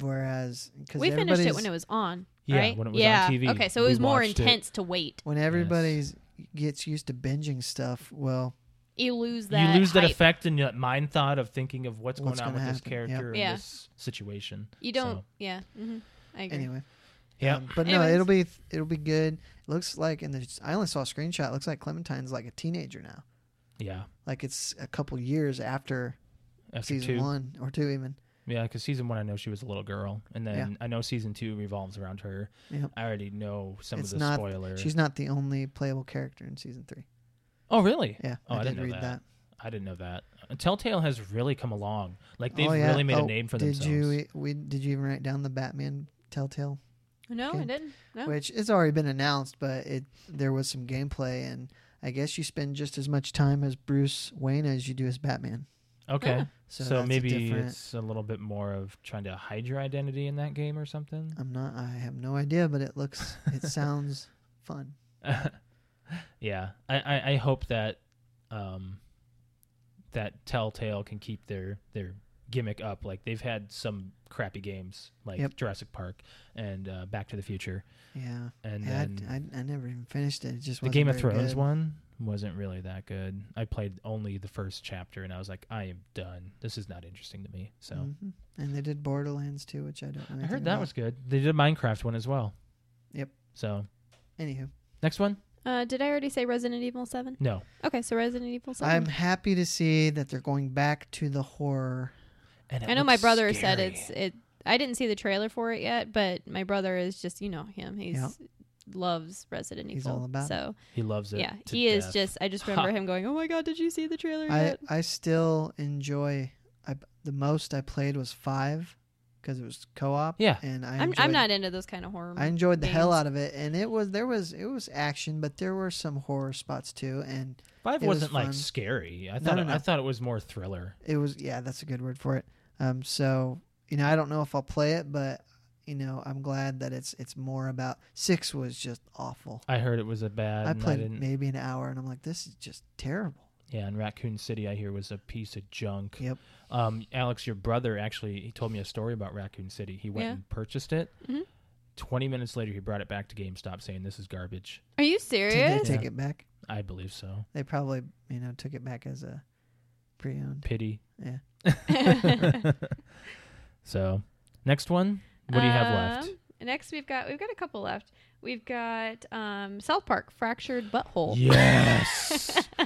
whereas because We finished it when it was on. Yeah, right? when it was yeah. on TV. Okay, so it We was more watched it. intense to wait. when everybody's gets used to binging stuff well You lose that. you lose that hype. effect and that mind thought of thinking of what's, What's going on with gonna this happen, yep. character and Yeah. this situation. You don't. So, Yeah. hmm I agree. anyway yeah. Um, but no, Anyways. it'll be it'll be good. It looks like, and there's- I only saw a screenshot. It looks like Clementine's like a teenager now. yeah. Like it's a couple years after, After season two. one or two, even. Yeah, because season one, I know she was a little girl. And then I know season two revolves around her. Yep. I already know some It's of the not- spoiler. She's not the only playable character in season three. Oh, really? Yeah, Oh, I I, did didn't know read that. that. I didn't know that. Uh, Telltale has really come along. Like, they've oh, yeah. really made Oh, a name for did themselves. you we did you even write down the Batman Telltale, No, I Okay. didn't. No. which it's already been announced, but it there was some gameplay, and I guess you spend just as much time as Bruce Wayne as you do as Batman. Okay. Ah. So, So, that's a maybe different- it's a little bit more of trying to hide your identity in that game or something. (laughs) I'm not. I have no idea, but it looks it sounds fun. yeah, I, I, I hope that um, that Telltale can keep their their gimmick up. Like they've had some crappy games, like Yep. Jurassic Park and uh, Back to the Future, Yeah. and Yeah, then I, I, I never even finished it. It just the wasn't Game of very Thrones good. one wasn't really that good. I played only the first chapter, and I was like, I am done. This is not interesting to me. So Mhm. and they did Borderlands too, which I don't. Know I heard anything that about. was good. They did a Minecraft one as well. Yep. So Anywho, next one, Uh, did I already say Resident Evil Seven? no. Okay, so Resident Evil I'm 7 happy to see that they're going back to the horror. And it I know my looks brother said scary. it's it. I didn't see the trailer for it yet, but my brother is just you know him. He's loves Resident Evil. He's all about it. so he loves it. yeah, to he is death. just. (laughs) I just Ha. remember him going, "Oh my god, did you see the trailer I yet?" I still enjoy. I the most I played was five, because it was co-op. Yeah. and I I'm, enjoyed, I'm not into those kind of horror. I movies. enjoyed the hell games. out of it, and it was there was it was action, but there were some horror spots too, and Five It was wasn't fun. like scary. I thought no, it, no. I thought it was more thriller. it was yeah that's a good word for it um so you know i don't know if i'll play it but you know i'm glad that it's it's more about six was just awful I heard it was a bad. i and played didn't, maybe an hour and i'm like this is just terrible yeah, and Raccoon City I hear was a piece of junk. Yep. Um, Alex, your brother actually he told me a story about Raccoon City. He went Yeah. and purchased it. Mhm. Twenty minutes later, he brought it back to GameStop saying this is garbage. Are you did serious? they take it back I believe so. they probably you know took it back as a (laughs) pre-owned Pity. Yeah. (laughs) (laughs) so, next one. What do you have left? Um, (laughs) Next, we've got we've got a couple left. We've got um, South Park Fractured Butthole. Yes. (laughs)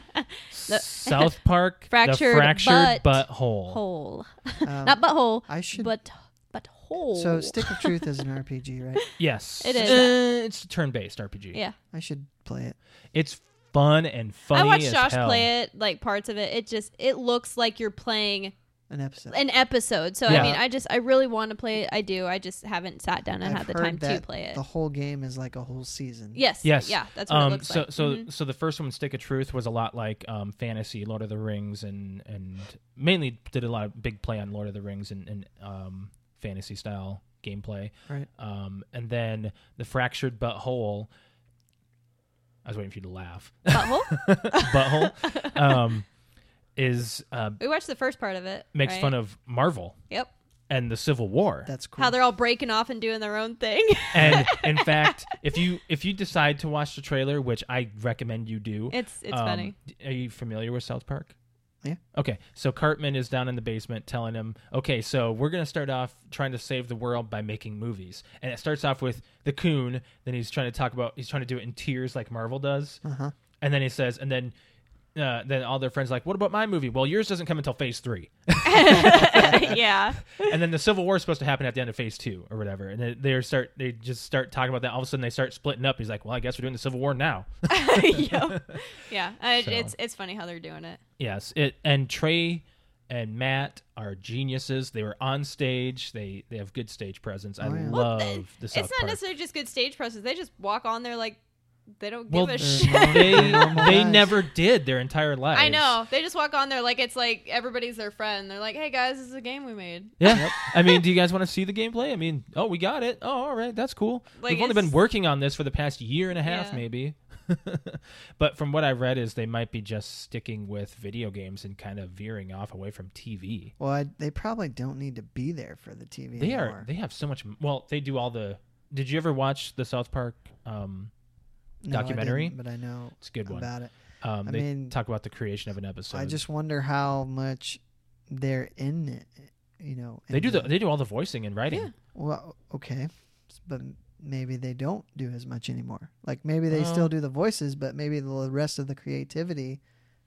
The- South Park. Fractured the fractured butt- butthole. Hole, um, not butthole, i should but but hole. so stick of truth (laughs) is an rpg right Yes. It is. Uh, it's turn-based RPG. Yeah. i should play it It's fun and funny. I watched as Josh hell. play it, like parts of it. It just it looks like you're playing an episode. an episode. So Yeah. I mean, I just I really want to play it. I do. I just haven't sat down and I've had the heard time to that play it. The whole game is like a whole season. yes. Yes. Yeah. That's what it Um, looks so like. so Mhm. so the first one, Stick of Truth, was a lot like um, fantasy, Lord of the Rings, and and mainly did a lot of big play on Lord of the Rings and, and um, fantasy style gameplay. Right. Um, and then the fractured butthole. I was waiting for you to laugh. (laughs) Butthole? butthole um, is uh, we watched the first part of it. makes fun of Marvel Yep. and the Civil War. That's cool. How they're all breaking off and doing their own thing. (laughs) and in fact, if you if you decide to watch the trailer, which I recommend you do, it's it's um, (laughs) funny. (laughs) d- Are you familiar with South Park? Yeah. Okay, so Cartman is down in the basement telling him, "Okay, so we're gonna start off trying to save the world by making movies." And it starts off with the coon. Then he's trying to talk about he's trying to do it in tears like Marvel does. Uh-huh. And then he says, and then. Uh, then all their friends are like, what about my movie? Well, yours doesn't come until phase (laughs) three, yeah. (laughs) and then the Civil War is supposed to happen at the end of phase two or whatever. And then they start, they just start talking about that. All of a sudden, they start splitting up. He's like, well, I guess we're doing the Civil War now. Yo. Yeah. I, So. It's it's funny how they're doing it. Yes, it and Trey and Matt are geniuses. They were on stage. They they have good stage presence. I Oh, yeah. love th- the it's South not Park. necessarily just good stage presence. They just walk on there like they don't well, give a They're shit. normal- they (laughs) they're normal they guys. never did their entire lives. I know. They just walk on there like it's like everybody's their friend. They're like, "Hey guys, this is a game we made." Yeah, I mean, do you guys want to see the gameplay? I mean, oh, we got it. Oh, all right, that's cool. Like, We've only it's- been working on this for the past year and a half, Yeah. maybe. (laughs) but from what I read, is they might be just sticking with video games and kind of veering off away from TV. Well, I, they probably don't need to be there for the TV. they anymore. are they have so much well they do all the did you ever watch the south park um No, I documentary? didn't, but I know it's a good one about it. um I they mean, talk about the creation of an episode I just wonder how much they're in it. You know, they in do the, they do all the voicing and writing Yeah. Well, okay, S- but m- maybe they don't do as much anymore. Like maybe they Well- still do the voices, but maybe the rest of the creativity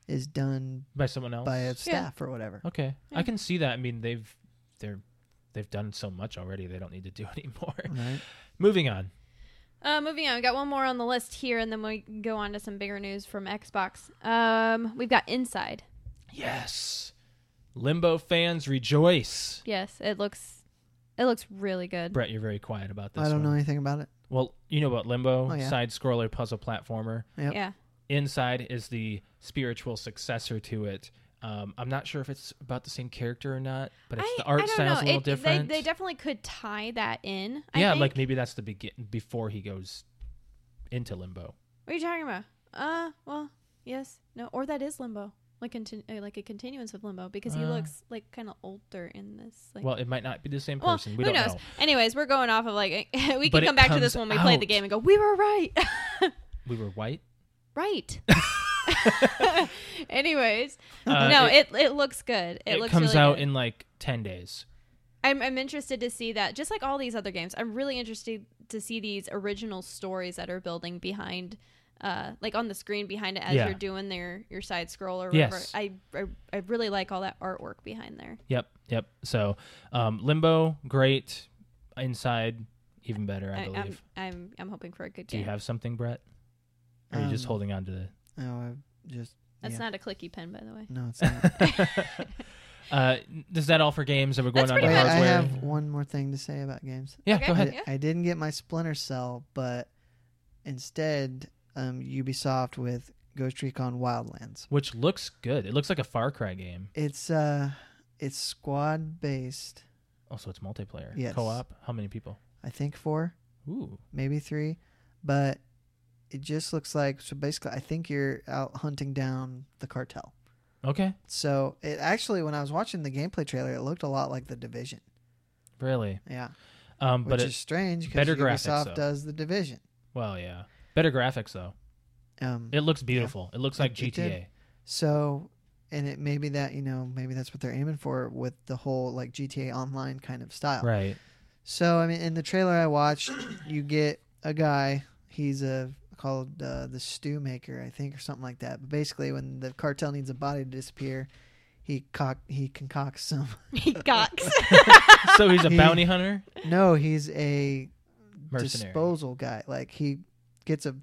is done by someone else by a staff or whatever. okay Yeah. i can see that i mean they've they're they've done so much already they don't need to do (laughs) anymore Right? moving on Uh, moving on, we got one more on the list here, and then we go on to some bigger news from Xbox. Um, we've got Inside. yes limbo fans rejoice Yes, it looks, it looks really good. brett you're very quiet about this I don't one. know anything about it. well you know about limbo Oh, yeah. side scroller puzzle platformer Yep. Yeah, Inside is the spiritual successor to it. Um, I'm not sure if it's about the same character or not, but it's the art don't style's know. a little It- they- different. They, definitely could tie that in. I yeah, think. like maybe that's the begin before he goes into limbo. what are you talking about? Uh, well, yes, no, or that is Limbo, like continu- uh, like a continuance of Limbo, because he Uh. looks like kind of older in this. Like, well, it might not be the same Well, person. we who don't knows? know. Anyways, we're going off of like (laughs) we But can it come back to this comes when we play the out. game and go, we were right. (laughs) We were white. Right. Anyways, Uh, no, it, it looks good. It, It, looks comes really out good. in like ten days. I'm I'm interested to see that. Just like all these other games, I'm really interested to see these original stories that are building behind, uh, like on the screen behind it as Yeah. you're doing their your side scroll or whatever. Yes. I, I I really like all that artwork behind there. Yep, yep. So, um, limbo, great. Inside, even better. I, I, um, believe. am I'm I'm hoping for a good Do game. you have something, Brett? Or are you just Um, holding on to (laughs) the? (laughs) No, I just That's yeah. not a clicky pen, by the way. (laughs) No, (laughs) it's not. Uh, is that all for games? Are we going That's on Wait, to pretty much I hardware? have one more thing to say about games. Yeah, Okay. go ahead. I, Yeah. I didn't get my Splinter Cell, but instead, um, Ubisoft with Ghost Recon Wildlands. which looks good. It looks like a Far Cry game. It's uh, it's squad based. Also, it's multiplayer. Yes. Co-op. How many people? I think four, Ooh. maybe three, but it just looks like so. Basically, I think you're out hunting down the cartel. Okay. So it actually, when I was watching the gameplay trailer, it looked a lot like the Division. Really. Yeah, Um, which but is it, strange because better graphics, Ubisoft though. does the Division. well, yeah. Better graphics though. Um, It looks beautiful. It looks It- like it did. GTA. So, and it maybe that you know maybe that's what they're aiming for with the whole like GTA Online kind of style. (laughs) Right. So I mean, in the trailer I watched, you get a guy. He's a called uh, the stew maker, I think, or something like that. But basically, when the cartel needs a body to disappear, he cock he concocts some. (laughs) (laughs) He cocks. so he's a He- bounty hunter, no, he's a mercenary. disposal guy. Like he gets a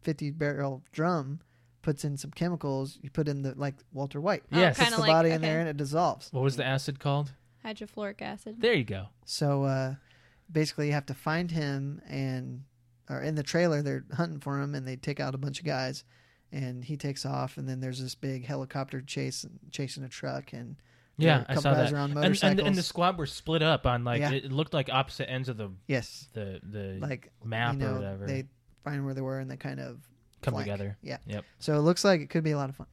fifty barrel drum, puts in some chemicals. You put in the like Walter White. Oh, (laughs) Yes. Puts kinda the like- body in there okay. and it dissolves. What was the acid called? hydrofluoric acid. There you go. So uh, basically, you have to find him, and or in the trailer, they're hunting for him, and they take out a bunch of guys, and he takes off, and then there's this big helicopter chase chasing a truck, and there Yeah, are a I couple saw guys that. are on And- And, motorcycles. the- and the squad were split up on like Yeah. it it looked like opposite ends of the yes, the the like map you know, or whatever. they find where they were, and they kind of come flank. together. Yeah. Yep. So it looks like it could be a lot of fun.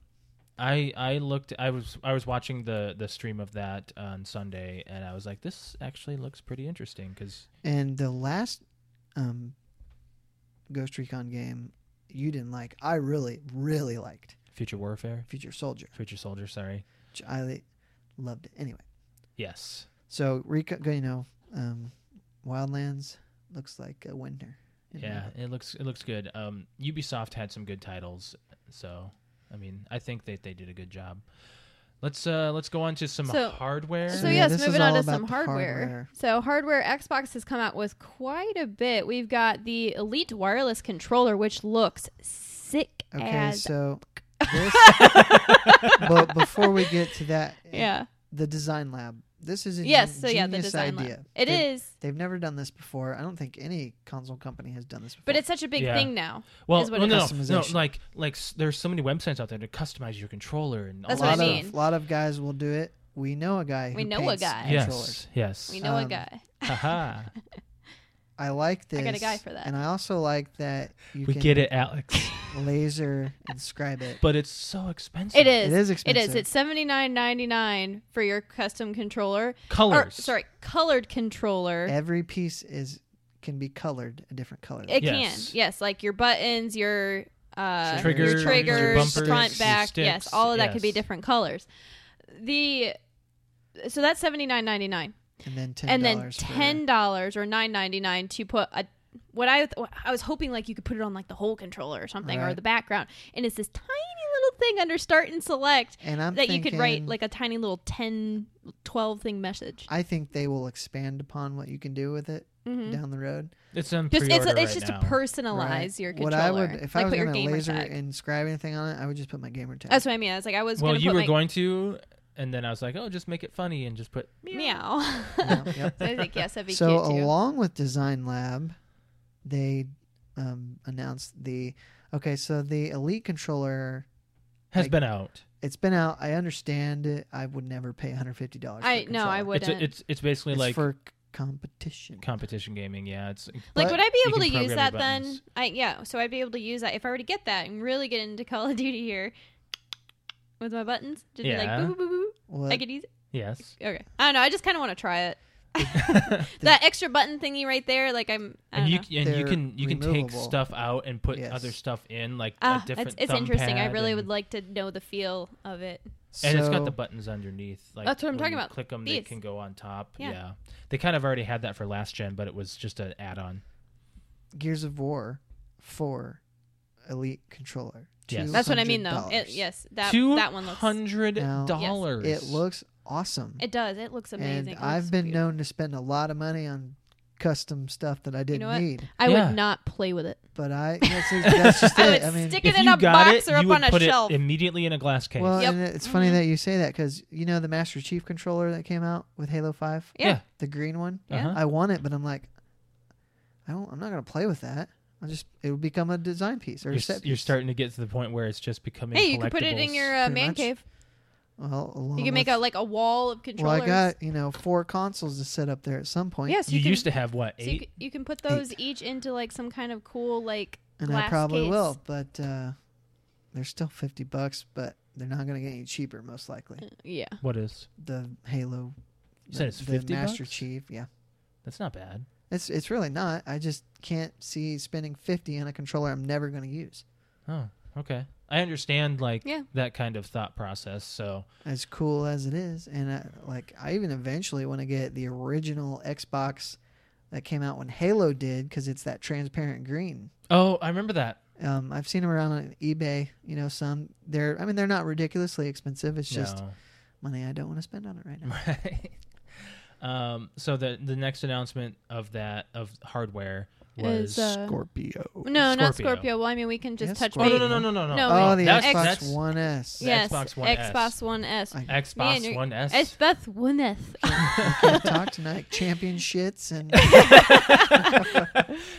I I looked. I was I was watching the the stream of that on Sunday, and I was like, this actually looks pretty interesting because And the last um, Ghost Recon game you didn't like, I really, really liked Future Warfare, Future Soldier, Future Soldier. Sorry. which I loved it. Anyway. Yes. So Rico, you know, um, Wildlands looks like a winner. in Mm-hmm. my Yeah. book. It looks it looks good. Um, Ubisoft had some good titles, so I mean, I think that they did a good job. Let's uh let's go on to some So- hardware. So yeah, yes, this is moving on all to some about hardware. hardware. So hardware, Xbox has come out with quite a bit. We've got the Elite wireless controller, which looks sick Okay, as (laughs) so this, but before we get to that, yeah. the design lab. This is a Yes, so yeah, the genius design lab. idea. It they've, is, They've never done this before. I don't think any console company has done this before. but it's such a big Yeah. thing now. well, is what no, it no, is. no, Customization. like like s- there's so many websites out there to customize your controller and all That's a what I lot that mean. stuff. of lot of guys will do it. We know a guy. We who know a paints guy. Controllers. Yes, yes. We know a Um, guy. Haha. I like this. I got a guy for that. And I also like that (laughs) you we can get it, Alex. laser inscribe it. but it's so expensive. It is. It is It expensive. is. It's seventy nine ninety nine for your custom controller. colors. Or, sorry, colored controller. Every piece is can be colored a different color. It Yes. can, yes, like your buttons, your uh, Triggers, your your triggers, bumpers, front, your back, yes, sticks, all of that could be yes. different colors. The so that's seventy nine ninety nine, and then ten and then dollars for- ten dollars or nine ninety nine to put a what I what I was hoping like you could put it on like the whole controller or something or Right. the background, and it's this tiny little thing under start and select and I'm that you could write thinking- like a tiny little 10, 12 thing message. I think they will expand upon what you can do with it Mhm. down the road. It's on Just it's, pre-order it's right just now. to personalize right? your What controller. I would, if like I was put your gonna gamer laser tag. inscribe anything on it, I would just put my gamer tag. That's what I mean. I was like, I was well, gonna you put were my going to, and then I was like, oh, just make it funny and just put meow. (laughs) Yeah, (laughs) yep. so I think yes, that'd be so cute too. along with Design Lab, they um, announced the okay. So the Elite controller, has Like, been out. it's been out. I understand it. I would never pay 150 dollars. I no, I It's wouldn't. a, it's it's basically It's like for c- competition. competition gaming. Yeah, it's like, but would I be you able to can use program that your then? buttons. I yeah. So I'd be able to use that if I were to get that and really get into Call of Duty here with my buttons. Just be Yeah. like boop boop boop boop. What- I could use. It. yes. Okay. I don't know. I just kind of want to try (laughs) it. (laughs) that extra button thingy right there. Like I'm. I don't and you know. c- and you They're can you can take removable. stuff out and put Yes. other stuff in like a Ah, it's different. it's interesting. I thumbpad really and, would like to know the feel of it. And it's got So- the buttons underneath. Like That's what I'm when talking you about. Click them; they These. can go on top. Yeah. Yeah. they kind of already had that for last gen, but it was just an add-on. Gears of War for Elite controller. Yes. That's what I mean, though. $200. It, yes, that Two that one looks. hundred Now- dollars. It looks awesome. It does. It looks amazing. And It I've looks been beautiful. known to spend a lot of money on custom stuff that I didn't know what? need. I Yeah. would not play with it. But (laughs) I that's, that's just I it. would I mean, stick it if in you a got box it, or up you would on a put shelf. it immediately in a glass case. well, Yep. and it's funny Mhm. that you say that because you know the Master Chief controller that came out with Halo Five, yeah. the green one. Yeah. Uh-huh. I want it, but I'm like, I don't. I'm not gonna play with that. I'll just it will become a design piece or You're, a set s- you're piece. starting to get to the point where it's just becoming. Hey, you can put it in collectibles. your uh, pretty man much. cave. Well, along You can make with- a like a wall of Well, controllers. I got you know four consoles to set up there at some point. Yes, you, you can, used to have what so you, eight? can, you can put those each into like some kind of cool like and glass I probably case. will, but uh, they're still fifty bucks, but they're not going to get any cheaper, most likely. Yeah. What is? The Halo, You said it's the 50 Master bucks? Chief, yeah, That's not bad. it's it's really not. I just can't see spending fifty on a controller I'm never going to use. Oh, okay. I understand like Yeah. that kind of thought process. So As cool as it is, and I, like I even eventually want to get the original Xbox that came out when Halo did, because it's that transparent green. oh, I remember that. Um, I've seen them around on eBay. You know, some they're. I mean, they're not ridiculously expensive. It's just (laughs) No. money I don't want to spend on it right now. Right. Um, so the the next announcement of that of hardware was Is, uh, Scorpio. No, (laughs) not Scorpio. Scorpio. Well, I mean, we can just Yes, touch oh Scorpio. base. no no no no no no. No, Oh, the wait. That's- Xbox that's- One S. Yeah. yes, Xbox One S. Xbox One S. I Me and Xbox your- One S. Xbox (laughs) One S. can't talk (laughs) tonight. (laughs) Championships and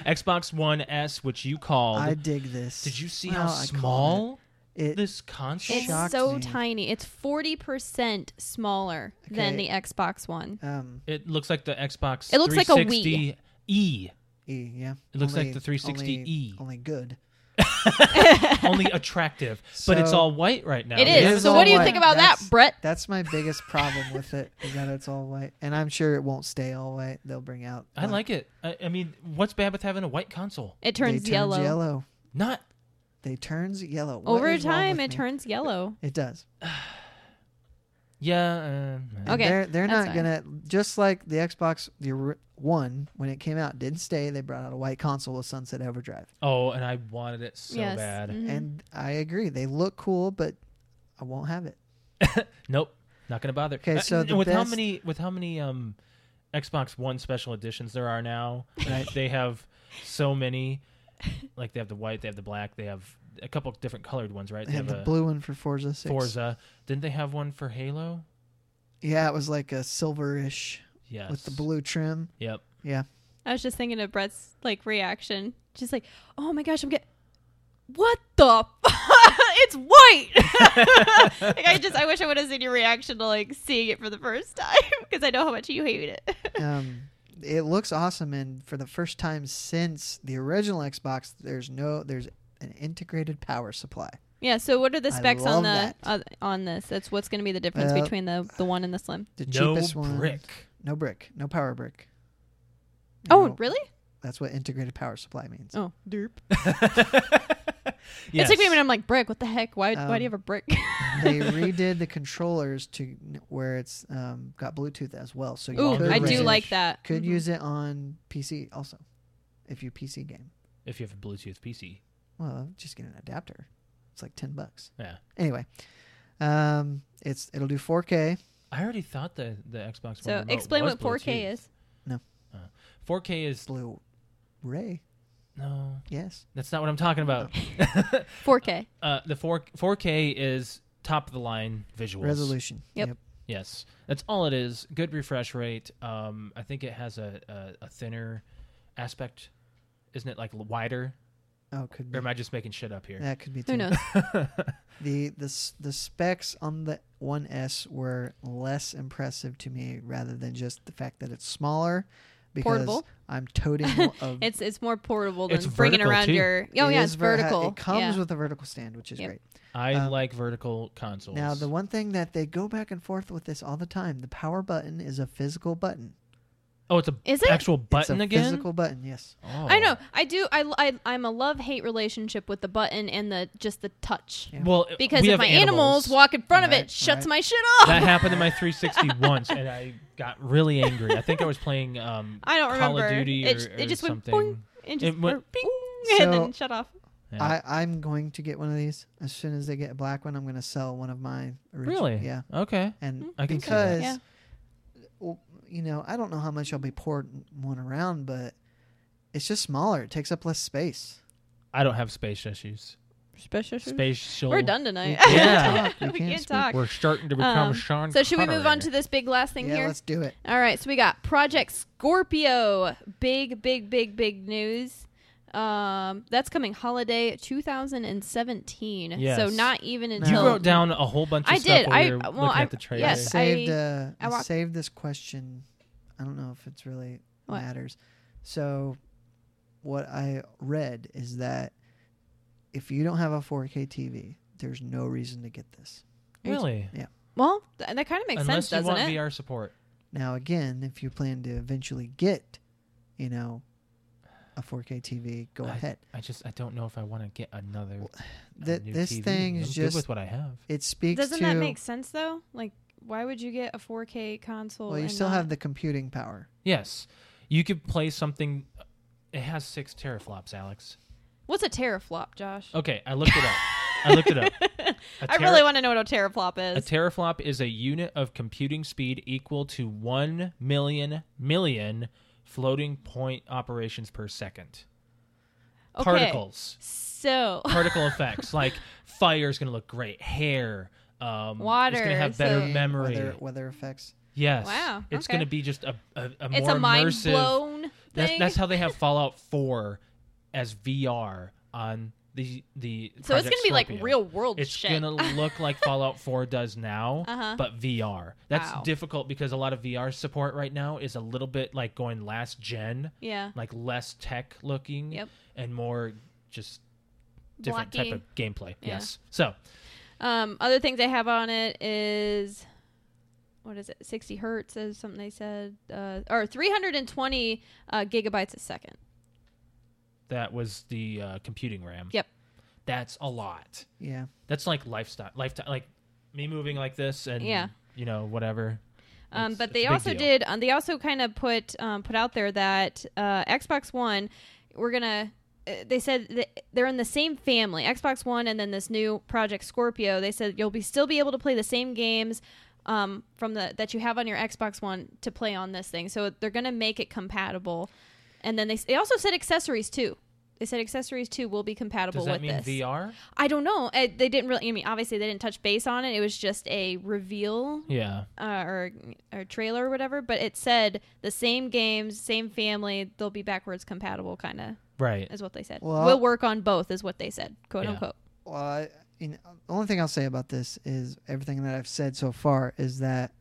Xbox One S, which you called. I dig this. Did you see Well, how I called small It, It- this console? It- It's shocked so me. tiny. It's forty percent smaller than the Okay. Xbox One. um, It looks like the Xbox. It looks like a Wii. 360 E, E, yeah. It looks like Only- the 360 only- E. Only good. (laughs) only attractive, but it's So- all white right now. it They is. haven't- is So all what do you white. think about That's- that, Brett? That's my biggest problem with it is that it's all white, and I'm sure it won't stay all white. They'll bring out. I like it. I, I mean, what's bad with having a white console? It They turns yellow. yellow. Not. They turns yellow. What Over is wrong time, with it me? turns yellow. It does. Yeah. And Uh, Okay, They're they're that's not fine. gonna just like the Xbox the or- one when it came out didn't stay. They brought out a white console with Sunset Overdrive, oh, and I wanted it so yes. bad. Mhm. and I agree. They look cool, but I won't have it. Nope. Not gonna bother. Okay, Uh, so n- the with how best- many with how many um Xbox One special editions there are now, Right. they have so many. Like they have the white, they have the black, they have a couple of different colored ones, right? They had the a blue one for Forza Six. Forza. Didn't they have one for Halo? Yeah, it was like a silverish Yes. with the blue trim. Yep. I was just thinking of Brett's like reaction. Just like, oh my gosh, I'm getting. What the? fu- (laughs) it's white. (laughs) like I just, I wish I would have seen your reaction to like seeing it for the first (laughs) time because I know how much you hate it. (laughs) um, it looks awesome, and for the first time since the original Xbox, there's no there's an integrated power supply. yeah. So what are the I specs love on the that. Uh, uh, on this? That's what's going to be the difference Well, between the the one and the slim. The no cheapest one, brick. (laughs) no brick, no power brick. Oh, No, really? That's what integrated power supply means. Oh, derp. yes. It took me a minute. I'm like, brick. What the heck? Why? why Um, do you have a brick? (laughs) they redid the controllers to where it's um, got Bluetooth as well, so you (laughs) Ooh, could I use do it- like that. Could Mm-hmm. Mhm. use it on PC also, if you PC game. If you have a Bluetooth PC, Well, just get an adapter. It's like ten bucks. yeah. Anyway, um, it's it'll do 4K. I already thought the the Xbox. So One remote explain was what 4K Bluetooth. is. 4K is Blu-ray. no. Yes. That's not what I'm talking about. 4K. uh, the four 4K is top of the line visuals. Resolution. Yep. Yes, that's all it is. Good refresh rate. Um, I think it has a, a, a thinner aspect, isn't it? Like l- wider. Oh, could Or be. am I just making shit up here? That could be. Who too. knows? The the s- the specs on the 1S were less impressive to me, rather than just the fact that it's smaller. Because Portable. I'm (laughs) toting a. It's it's more portable than It's bringing vertical, around too. your. Oh it yeah, is it's ver- ha- vertical. It comes yeah. with a vertical stand, which is Yep. great. I Um, like vertical consoles. Now the one thing that they go back and forth with this all the time: the power button is a physical button. oh, it's a Is it? actual button it's a again. Physical button, yes. Oh. I know. I do. I, I I'm a love hate relationship with the button and the just the touch. Yeah. Well, Because we if have my animals. walk in front of Right, it, shuts right. my shit off. (laughs) that happened to my 360 once, and I got really angry. I think I was playing um, I don't Call remember. of Duty it, or, j- or it just something. went boing and just It went- or bing, So- and then shut off. Yeah. I, I'm going to get one of these as soon as they get a black one. I'm going to sell one of mine. original- Really? Yeah. Okay. And I can see that. because, Yeah. well, you know, I don't know how much I'll be pouring one around, but it's just smaller. It takes up less space. I don't have space issues. Special. Spatial. We're done tonight. We Yeah. can't talk. We we can't can't speak. talk. We're starting to become Um, Sean. (laughs) So should we move on Connery. to this big last thing yeah, here? let's do it. All right, so we got Project Scorpio. Big, big, big, big news. Um, that's coming holiday 2017. So Yes. not even You until You wrote down a whole bunch of I stuff did. while I- we were well, looking I- at the trailer. I yes. saved, I- uh, I I walk- saved this question. I don't know if it's really What? matters. So, what I read is that if you don't have a 4K TV, there's no reason to get this. Really? Well, th- that kind of makes Unless sense, you want doesn't it? VR support. Now, again, if you plan to eventually get, you know, a 4K TV, go ahead. I just I don't know if I want to get another. a Th- new this TV. thing I'm is good just with what I have. it speaks Doesn't to. that make sense though? Like why would you get a 4K console? well, you and still not- have the computing power. Yes, you could play something. It has six teraflops, Alex. What's a teraflop, Josh? Okay, I looked it up. I looked it (laughs) up. A I tera- really want to know what a teraflop A is. teraflop is a unit of computing speed equal to 1 million million floating point operations per second. Okay. (laughs) Particles, So particle effects like fire is going to look great. Hair, um, it's going Water, to have better so- memory. Weather, weather effects. Yes, Wow, it's okay. going to be just a a, a it's more a mind immersive. blown thing. That's, that's how they have Fallout 4 as VR on the the. so it's Project gonna be like Scorpio. real world It's shit. gonna look like Fallout 4 does now, Uh-huh. but VR. That's Wow. difficult because a lot of VR support right now is a little bit like going last gen, (laughs) yeah. like less tech looking, Yep. and more just different Blocky. type of gameplay. Yeah. Yes. So Um, other things they have on it is what is it? Sixty hertz is something they said, uh, or three hundred and twenty uh, gigabytes a second. that was the uh, computing RAM. Yep. That's a lot. Yeah. That's like lifestyle, lifetime, like me moving like this and Yeah. you know whatever. Um, It's- but it's they a big also deal. did. Um, they also kind of put um, put out there that uh, Xbox One, we're gonna. uh, They said that they're in the same family, Xbox One, and then this new Project Scorpio. They said you'll be still be able to play the same games um, from the that you have on your Xbox One to play on this thing. So they're gonna make it compatible. And then they s- they also said accessories too. They said accessories too will be compatible Does that with mean this. VR? I don't know. Uh they didn't really. I mean, obviously they didn't touch base on it. It was just a reveal Yeah. uh, or or trailer or whatever, but it said the same games, same family. They'll be backwards compatible, kind of Right. is what they said. Well- we'll work on both, is what they said, quote Yeah. unquote. Well, I, you know, the only thing I'll say about this is everything that I've said so far is that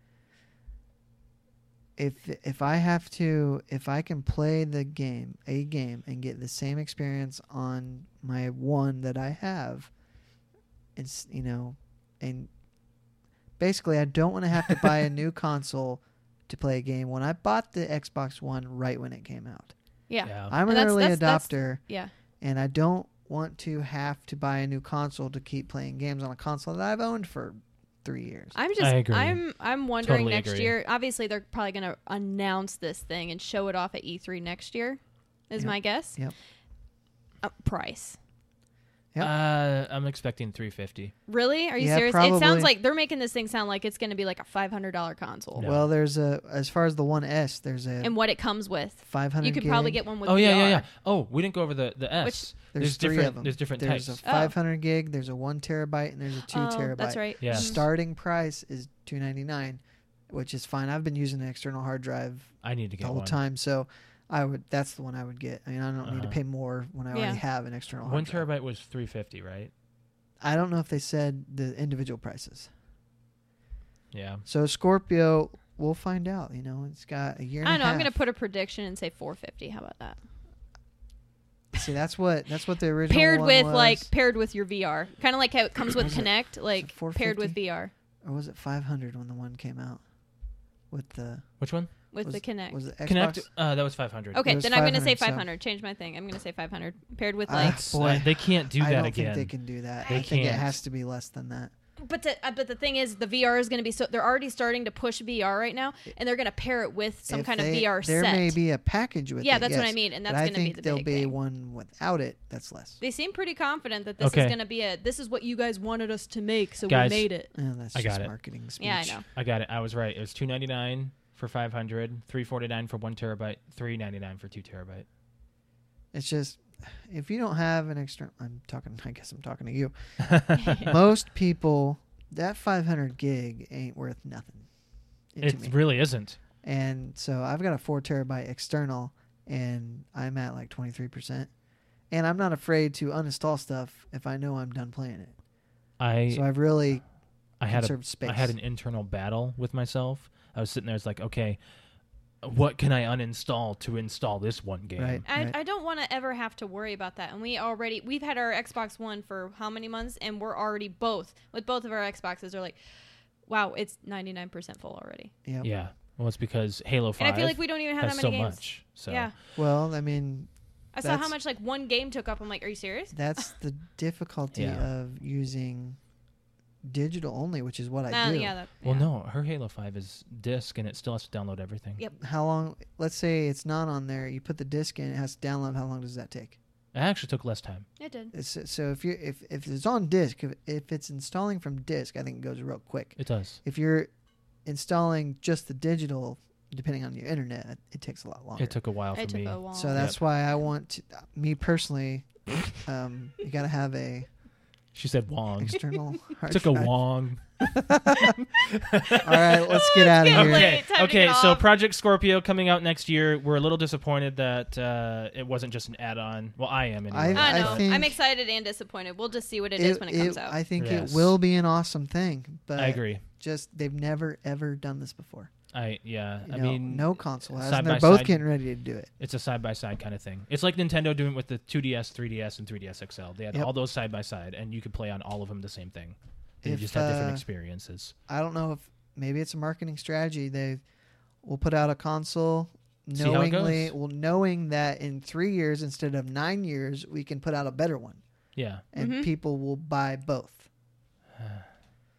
if if I have to if I can play the game a game and get the same experience on my one that I have, it's you know, and basically I don't want to have to buy a new console to play a game when I bought the Xbox One right when it came out. Yeah, yeah. Yeah. I'm an And that's- early that's- that's- adopter and I don't want to have to buy a new console to keep playing games on a console that I've owned for three years. I'm just, I agree. I'm, I'm wondering Totally next agree. year. Obviously, they're probably going to announce this thing and show it off at E3 next year, is Yep. my guess. Yep. Uh, price. Yep. Uh, I'm expecting 350. Really? Are you Yeah, serious? It probably. sounds like they're making this thing sound like it's going to be like a $500 console. No. Well, there's a as far as the One S, there's a And what it comes with. 500. You could probably get one with oh yeah, VR. yeah, yeah. Oh, we didn't go over the the S. Which- There's, three different. of them. There's different There's types. a 500 gig. There's a one terabyte, and there's a two Oh, terabyte. That's right. Yeah. The Mhm. Starting price is 299, which is fine. I've been using an external hard drive I need to the get whole one. time, so I would. That's the one I would get. I mean, I don't need to Uh-huh. pay more when I Yeah. already have an external hard One drive. terabyte was 350, right? I don't know if they said the individual prices. Yeah. So Scorpio, we'll find out. You know, it's got a year. And I don't know. A half. I'm going to put a prediction and say 450. How about that? See, that's what that's (laughs) what the original Paired one with was. like paired with your VR, kind of like how it comes with Was it- Connect, like paired 450? with VR or was it 500 when the one came out with the Which one? with was, the Connect. was it Xbox? Connect. Uh, that was 500. okay, It was then I'm going to say 500, so- 500. Change my thing. I'm going to say 500 paired with Ah, like. That's- boy. uh, they can't do I that don't again. think they can do that. They I think it can't. has to be less than that. But the, uh, but the thing is, the VR is going to be so they're already starting to push VR right now, and they're going to pair it with some If kind they- of VR There set. may be a package with yeah, it, that's what I yes, mean, and but that's I going to be think the there'll big be thing. one without it that's less. They seem pretty confident that this is Okay. going to be a this is what you guys wanted us to make, so Guys, we made it. Oh, that's I just got it. marketing speech. Yeah, I know. I got it. I was right. It was 299 for 500, 349 for one terabyte, 399 for two terabyte. It's just if you don't have an external, I'm talking. I guess I'm talking (laughs) to you. Most people that 500 gig ain't worth nothing. to It me. really isn't. and so I've got a four terabyte external, and I'm at like 23 percent. And I'm not afraid to uninstall stuff if I know I'm done playing it. I So I've really I had a conserved space. I had an internal battle with myself. I was sitting there. It's like, okay, what can I uninstall to install this one game? right. I, right. I don't want to ever have to worry about that. And we already we've had our Xbox One for how many months, and we're already both with both of our Xboxes are like, wow, it's ninety nine percent full already. Yep. Yeah. Well, it's because Halo Five And I feel like we don't even have has that so many games. much. So yeah, Well, I mean, I saw how that's- much like one game took up. I'm like, are you serious? that's the difficulty Yeah. of using digital only, which is what I Nah, do. Um, yeah, that, Well, yeah. no, her Halo Five is disc, and it still has to download everything. Yep. How long? Let's say it's not on there. You put the disc in. It has to download. How long does that take? It actually took less time. it did. It's, so if you if if it's on disk, if, if it's installing from disk, I think it goes real quick. It does. If you're installing just the digital, depending on your internet, it takes a lot longer. It took a while for It took me. a while. so that's why I want to, me personally. Um, you gotta (laughs) have a she said Wong. external hard took a drive. (laughs) Wong. All right, let's get out of getting here. late. It's time to okay. get So off. Project Scorpio coming out next year. We're a little disappointed that uh, it wasn't just an add-on. Well, I am. Anyway. I- I know. I think- I'm excited and disappointed. We'll just see what it is when it comes out. I think Yes. it will be an awesome thing, but I agree. just they've never ever done this before. I yeah. You I know, mean, no console has, side and they're by both side- getting ready to do it. It's a side by side kind of thing. It's like Nintendo doing it with the 2DS, 3DS, and 3DS XL. They had Yep. all those side by side, and you could play on all of them the same thing. And If, you just had different uh, experiences. I don't know if maybe it's a marketing strategy. They will put out a console See how it knowingly, goes. well, knowing that in three years instead of nine years, we can put out a better one, Yeah, and Mhm. people will buy both.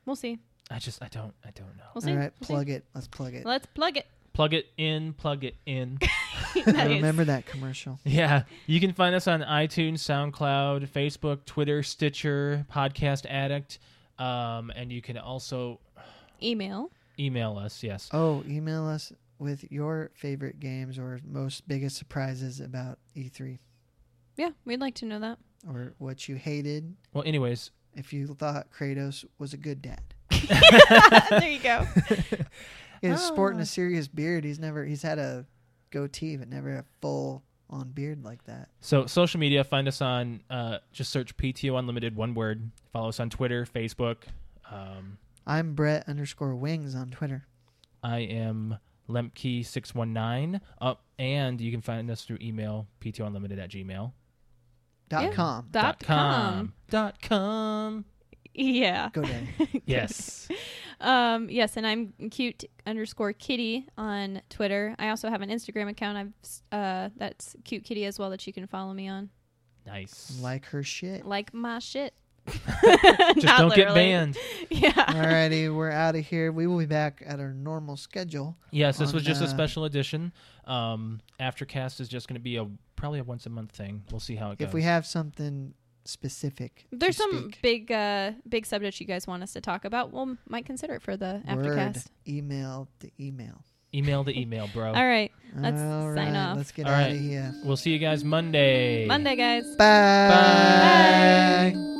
we'll see. I just I don't I don't know. We'll see. All right, We'll see. plug it. Let's plug it. Let's plug it. (laughs) Plug it in, plug it in. I Nice. remember that commercial. (laughs) yeah, you can find us on iTunes, SoundCloud, Facebook, Twitter, Stitcher, Podcast Addict, um, and you can also Email. email us. Yes, Oh, email us with your favorite games or most biggest surprises about E3 Yeah, we'd like to (laughs) know that. or what you hated Well, anyways, if you thought Kratos was a good dad. Oh, there you go. He's sporting Oh. a serious beard. He's never he's had a goatee, but never a full on beard like that. So social media, find us on uh, just search PTO Unlimited one word. Follow us on Twitter, Facebook. Um, I'm Brett underscore wings on Twitter. I am Lemke six one nine. Up and you can find us through email PTO Unlimited at gmail Dot Yeah. (laughs) com. Dot com. dot (laughs) com. Yeah. Go down. Yes. Um, yes, and I'm cute underscore kitty on Twitter. I also have an Instagram account. I've s- uh, that's cute kitty as well that you can follow me on. nice. like her shit. (laughs) Like my shit. just don't get banned. (laughs) Yeah. Alrighty, we're out of here. We will be back at our normal schedule. Yes, this On, was just uh, a special edition. Um, Aftercast is just going to be a probably a once a month thing. We'll see how it goes. If we have something specific. to There's some speak. big uh, big subjects you guys want us to talk about. We'll might consider it for the Word, aftercast. email to email. email the email, bro. All right. Let's All sign right, off. Let's get All out right. of here. We'll see you guys Monday. Monday, guys. Bye. Bye. Bye.